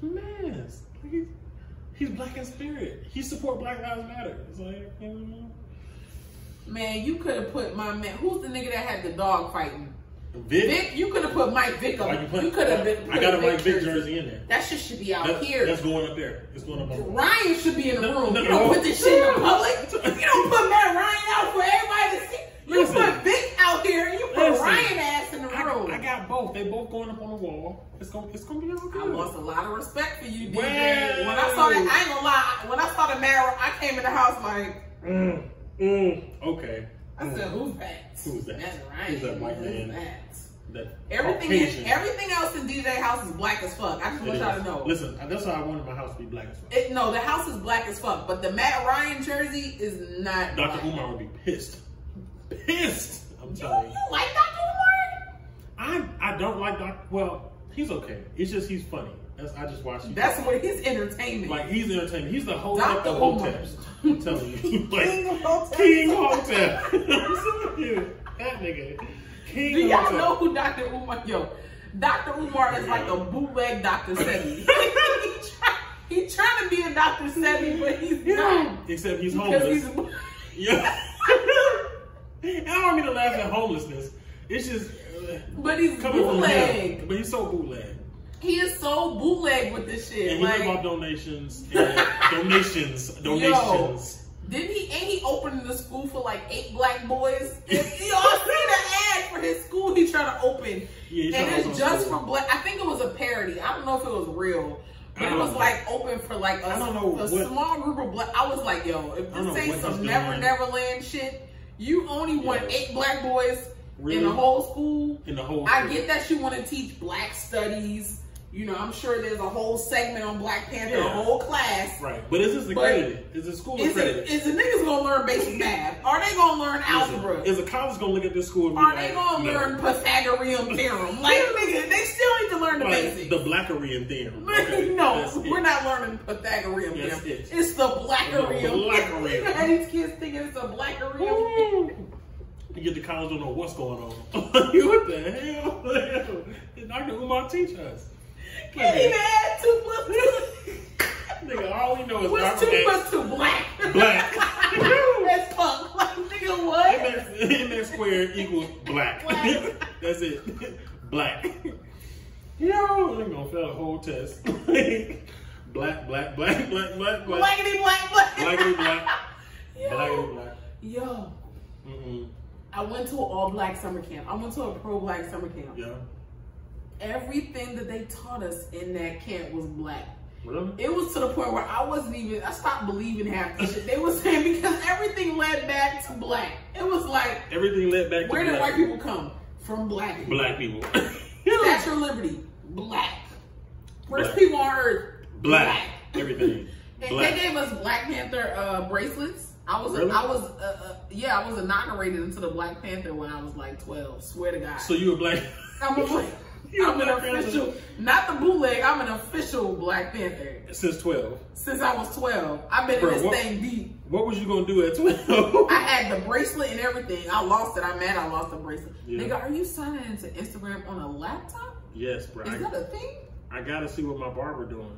Man's. Like he's, he's black in spirit. He support Black Lives Matter. It's like, you know, Man, you could have put my man. Who's the nigga that had the dog fighting? Vic. Vic, you could have put Mike Vic Why you up. put- You could have been. I put got a Mike Vic jersey. jersey in there. That shit should be out That- here. That's going up there. It's going up on the wall. Ryan should be in the No, room. no, you don't no. put this shit in the public. You don't put Matt Ryan out for everybody to see. You Listen. put Vic out there and you put Listen. Ryan ass in the I, room. I got both. They both going up on the wall. It's going. It's going to be real I good. lost a lot of respect for you, DJ. Well. When I saw that, I ain't gonna lie. When I saw the Matt, I came in the house like, Mm, mm, okay. I said, who's that? Who's that? That's Ryan. Who's that white Who's man? that? That Everything, Caucasian. in, everything else in DJ house is black as fuck. I just It want is. y'all to know. Listen, that's why I wanted my house to be black as well. It, no, the house is black as fuck, but the Matt Ryan jersey is not. Dr. black. Umar would be pissed. Pissed. I'm telling You, you. you like Dr. Umar? I I don't like Dr. Well, he's okay. It's just he's funny. That's I just watched. That's what his entertainment. like he's entertaining. He's the whole of Dr. the Umar. Hoteps. I'm telling you, like King Hotep. King Hotep. I'm telling you, that nigga. King Do y'all Hotep. know who Dr. Umar? Yo, Dr. Umar is like a bootleg Dr. Sebi. he, try, he trying to be a Dr. Sebi, but he's Yeah. not Except he's because homeless. he's. Yeah. I don't mean to laugh at homelessness. It's just uh, But he's coming from him. bootleg. But he's so bootleg. He is so bootleg with this shit. And he like, live off donations. And donations. Donations. Didn't he? Ain't he opening the school for like eight black boys? And he all seen an ad for his school he trying to open, Yeah, he's trying and to it's open a just school. for black. I think it was a parody. I don't know if it was real, but I it don't was know. like open for like a, Uh-huh. I don't know a what- small group of black. I was like, yo, if I don't this know ain't what some he's Never doing. Neverland shit, you only want Yeah. eight black boys in Really? the whole school. In the whole. I thing. get that you want to teach black studies. You know, I'm sure there's a whole segment on Black Panther, a Yeah. whole class. Right, but is this But- accredited? Is the school Is, accredited? it, is the niggas gonna learn basic math? Are they gonna learn algebra? Is a college gonna look at this school and be Are like, they gonna no. learn Pythagorean theorem? Like, nigga, they still need to learn the Like, basics. the Blackerian theorem? Okay, that's no, it. we're not learning Pythagorean That's theorem. it. It's the Blackarium. Blackarium. These kids think it's the Blackarium. Woo! You get to college, don't know what's going on. what the hell? And Dr. Umar teach us. Can't even add two plus two. Nigga, all we know is What's Dr. two X. plus two? Black. Black. That's fuck. Like, nigga, what? MX, MX squared equals black. Black. That's it. Black. Yo, I'm gonna fail the whole test. black, black, black, black, black, black. Black, Blackity black, black. Blackity black. Yo. black, black. Yo. Mm-mm. I went to an all black summer camp. I went to a pro black summer camp. Yeah. Everything that they taught us in that camp was black. Really? It was to the point where I wasn't even, I stopped believing half the shit they were saying because everything led back to black. It was like, Everything led back to where did black. white people come? From black people. Black people. Statue of Liberty, black. First Black. people on earth, black. Everything. They- They Black. gave us Black Panther uh, bracelets. I was, Really? I was, uh, uh, yeah, I was inaugurated into the Black Panther when I was like twelve. Swear to God, So you were black. I'm, a, You I'm an Black Panther. official, not the bootleg. I'm an official Black Panther Since 12. since I was twelve. I've been Bruh, in this what- thing deep. What was you gonna do at 12? I had the bracelet and everything. I lost it. I'm mad. I lost the bracelet. Yeah. Nigga, are you signing into Instagram on a laptop? yes, bro. Is that a thing? I gotta see what my barber doing.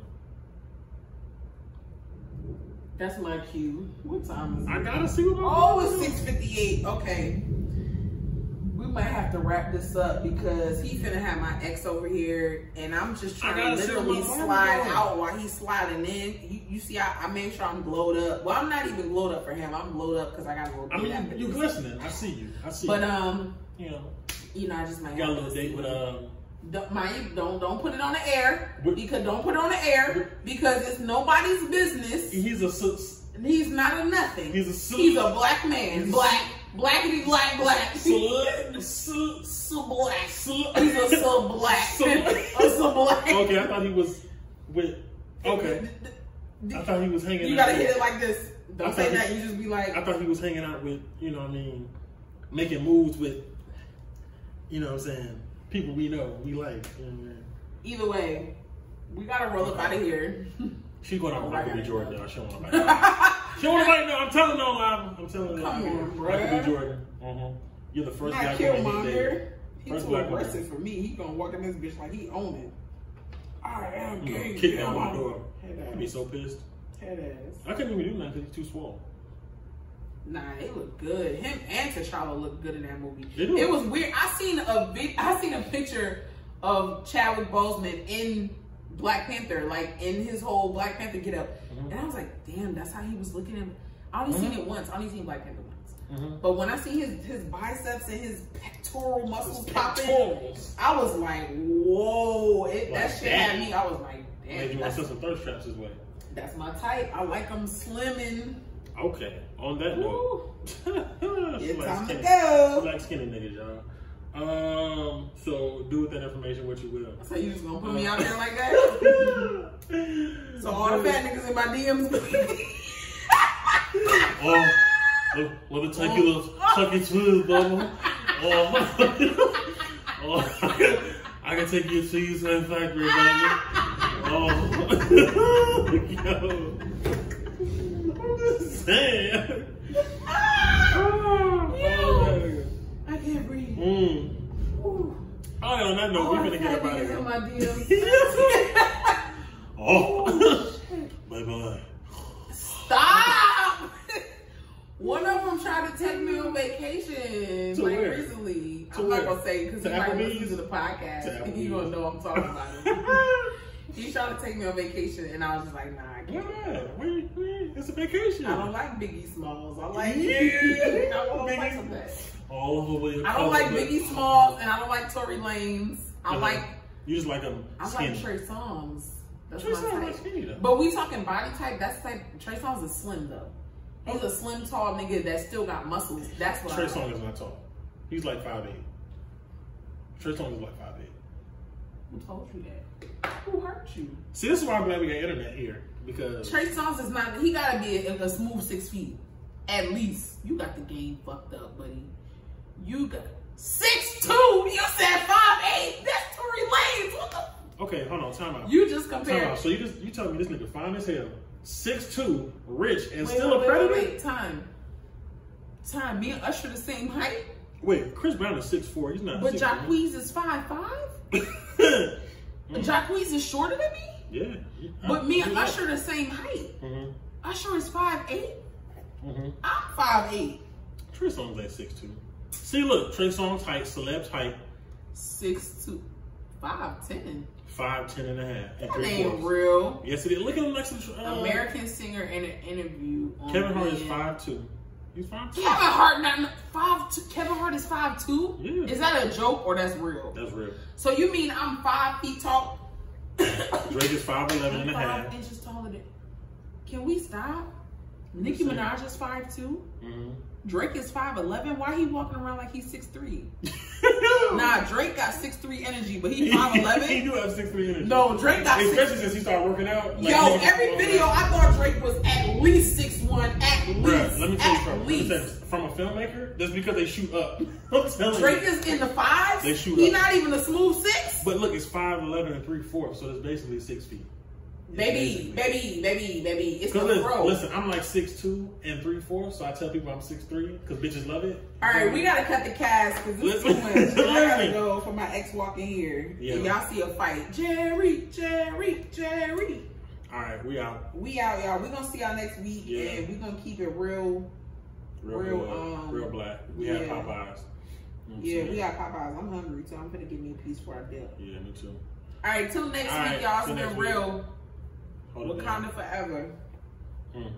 That's my cue. What time is it? I gotta see what my Oh, barber it's doing. six fifty eight. Okay. We might have to wrap this up because he finna have my ex over here, and I'm just I trying to gotta see what literally my mama slide doing. out while he's sliding in. You, you see, I, I make sure I'm glowed up. Well, I'm not even glowed up for him. I'm glowed up because I gotta go. I get mean, after you, you this. glistening. I see you. I see But you. um, you know, you know, I just might got a have little to date see. with um. Don't, mind you, don't don't put it on the air What- because don't put it on the air because it's nobody's business. He's a sus- He's not a nothing. He's a su- he's a black man. He's a- black, blackity black, black. slut. Su- so black. He's a slut. so black. So- a so black. okay, I thought he was with. Okay, I thought he was hanging. You out gotta with, hit it like this. Don't I say thought that. he- You just be like, I thought he was hanging out with. You know, what I mean, making moves with. You know, what I'm saying people we know, we like. You know what I mean? either way, we gotta roll up out of here. She's going out with Oh, I Michael B. got Jordan. it. Now. She don't want to. She don't want to know. I'm telling her on live. I'm telling her. Come on, Michael bruh. B. Jordan. Uh-huh. You're the first Not black woman he dated. Killmonger. He First too black woman. aggressive for me. He gonna walk in this bitch like he own it. I am You gay. know, kick down my now. door. I'd be Head ass. so pissed. Head ass. I couldn't even do nothing because he's too swole. Nah, it looked good. Him and T'Challa looked good in that movie. They do. It was weird. I seen a vid- I seen a picture of Chadwick Boseman in Black Panther, like in his whole Black Panther get up, Mhm. and I was like, damn, that's how he was looking at. Me. I only Mm-hmm. seen it once. I only seen Black Panther once. Mhm. But when I see his his biceps and his pectoral muscles His popping, pectorals. I was like, whoa! It, that Like shit had that. me. I was like, Made damn, you want to that's, send some thirst traps his way. that's my type. I like him slimming. Okay. On that note. Woo! she It's likes time to skinny- go. she likes skinny niggas, y'all. Um, so do with that information what you will. So you just gonna put me out there like that? So all the fat niggas in my DMs. Oh, let, let me take Oh. you to suck it smooth, mama. Oh, oh I, can, I can take you to cheese and factory, baby. Oh, yo. I'm just saying. Oh, Yo. I can't breathe. mm. Ooh. All right, on that note, All we're gonna the get fat up out of niggas in my here. DMs. Oh, bye bye. Stop! One of them tried to take me on vacation To like where? recently. To I'm where? not gonna say because To he might listen Applebee's? to the To podcast. and He gonna Applebee's. know I'm talking about it. he tried to take me on vacation and I was just like, nah, I Yeah, can't. we, we, it's a vacation. I don't like Biggie Smalls. I like Yeah. I don't like Biggie. some of that. All over with. I don't like Biggie Smalls and I don't like Tory Lanes. I Uh-huh. like You just like them I skinny. like Trey Songz. That's Trey my Songz type. like skinny though. But we talking body type. That's type. Trey Songz is slim though. He's a slim, tall nigga that still got muscles. That's what Trey I like. Songz is not tall. He's like five eight. Trey Songz is like five eight. Who told you that? Who hurt you? See, this is why I'm glad we got internet here because Trey Songz is not. He gotta be a, a smooth six feet, at least. You got the game fucked up, buddy. You got six two. You said five eight. That's Tory Lanez. What the? okay, hold on, time out. You just time compared. out. So you just you telling me this nigga fine as hell, six two, rich, and Wait, still wait, a wait, predator? wait, wait, time. Time. Me and Usher the same height. Wait, Chris Brown is six four. He's not. But 6'4". Jacquees is five five. Jacquees is shorter than me. yeah. But me and Usher the same height. Mhm. Usher is five eight. Mhm. I'm five eight. Trey Songz at six two. See, look, Trey Songz height, celebs height, Six to five ten. five ten and a half. And That three ain't quarters. real. Yes, it is. Look at him next to the, uh, American singer in an interview. On Kevin Hart is BN. five two. He's five two. Kevin Hart not five two. Kevin Hart is five two. Yeah. Is that a joke or that's real? That's real. So you mean I'm five feet tall? Drake is five eleven and a Five half. inches taller than. Can we stop? Nicki Listen. Minaj is five two. Mhm. Drake is five eleven. Why he walking around like he's six three? Nah, Drake got six three energy, but he Mm-hmm. five he eleven. do have six three energy. No, Drake got especially six. since he started working out. like, Yo, niggas- every video I thought Drake was at least six one, at least, Bruh, let me tell you at from, least. from a filmmaker, that's because they shoot up. I'm telling Drake you. is in the fives. They shoot He up. not even a smooth six. But look, it's 5'11 and 3 fourths, so that's basically 6 feet. Baby, baby, baby, baby. It's Because gonna listen, grow. listen, I'm like 6'2 and 3 fourths, so I tell people I'm 6'3 because bitches love it. All right, we gotta cut the cast because this is too Listen. much. And I gotta Listen. go for my ex walking here. Yeah. And y'all see a fight. Jerry, Jerry, Jerry. All right, we out. We out, y'all. we gonna see y'all next week Yeah. and we gonna keep it real. Real, Real, blood, um, real black. We yeah. have Popeyes. You know what I'm Yeah, saying? we got Popeyes. I'm hungry, so I'm gonna give me a piece before I dip. Yeah, me too. All right, till next All right, week, y'all. till It's next been week. real. Hold it down. Wakanda forever. Mm.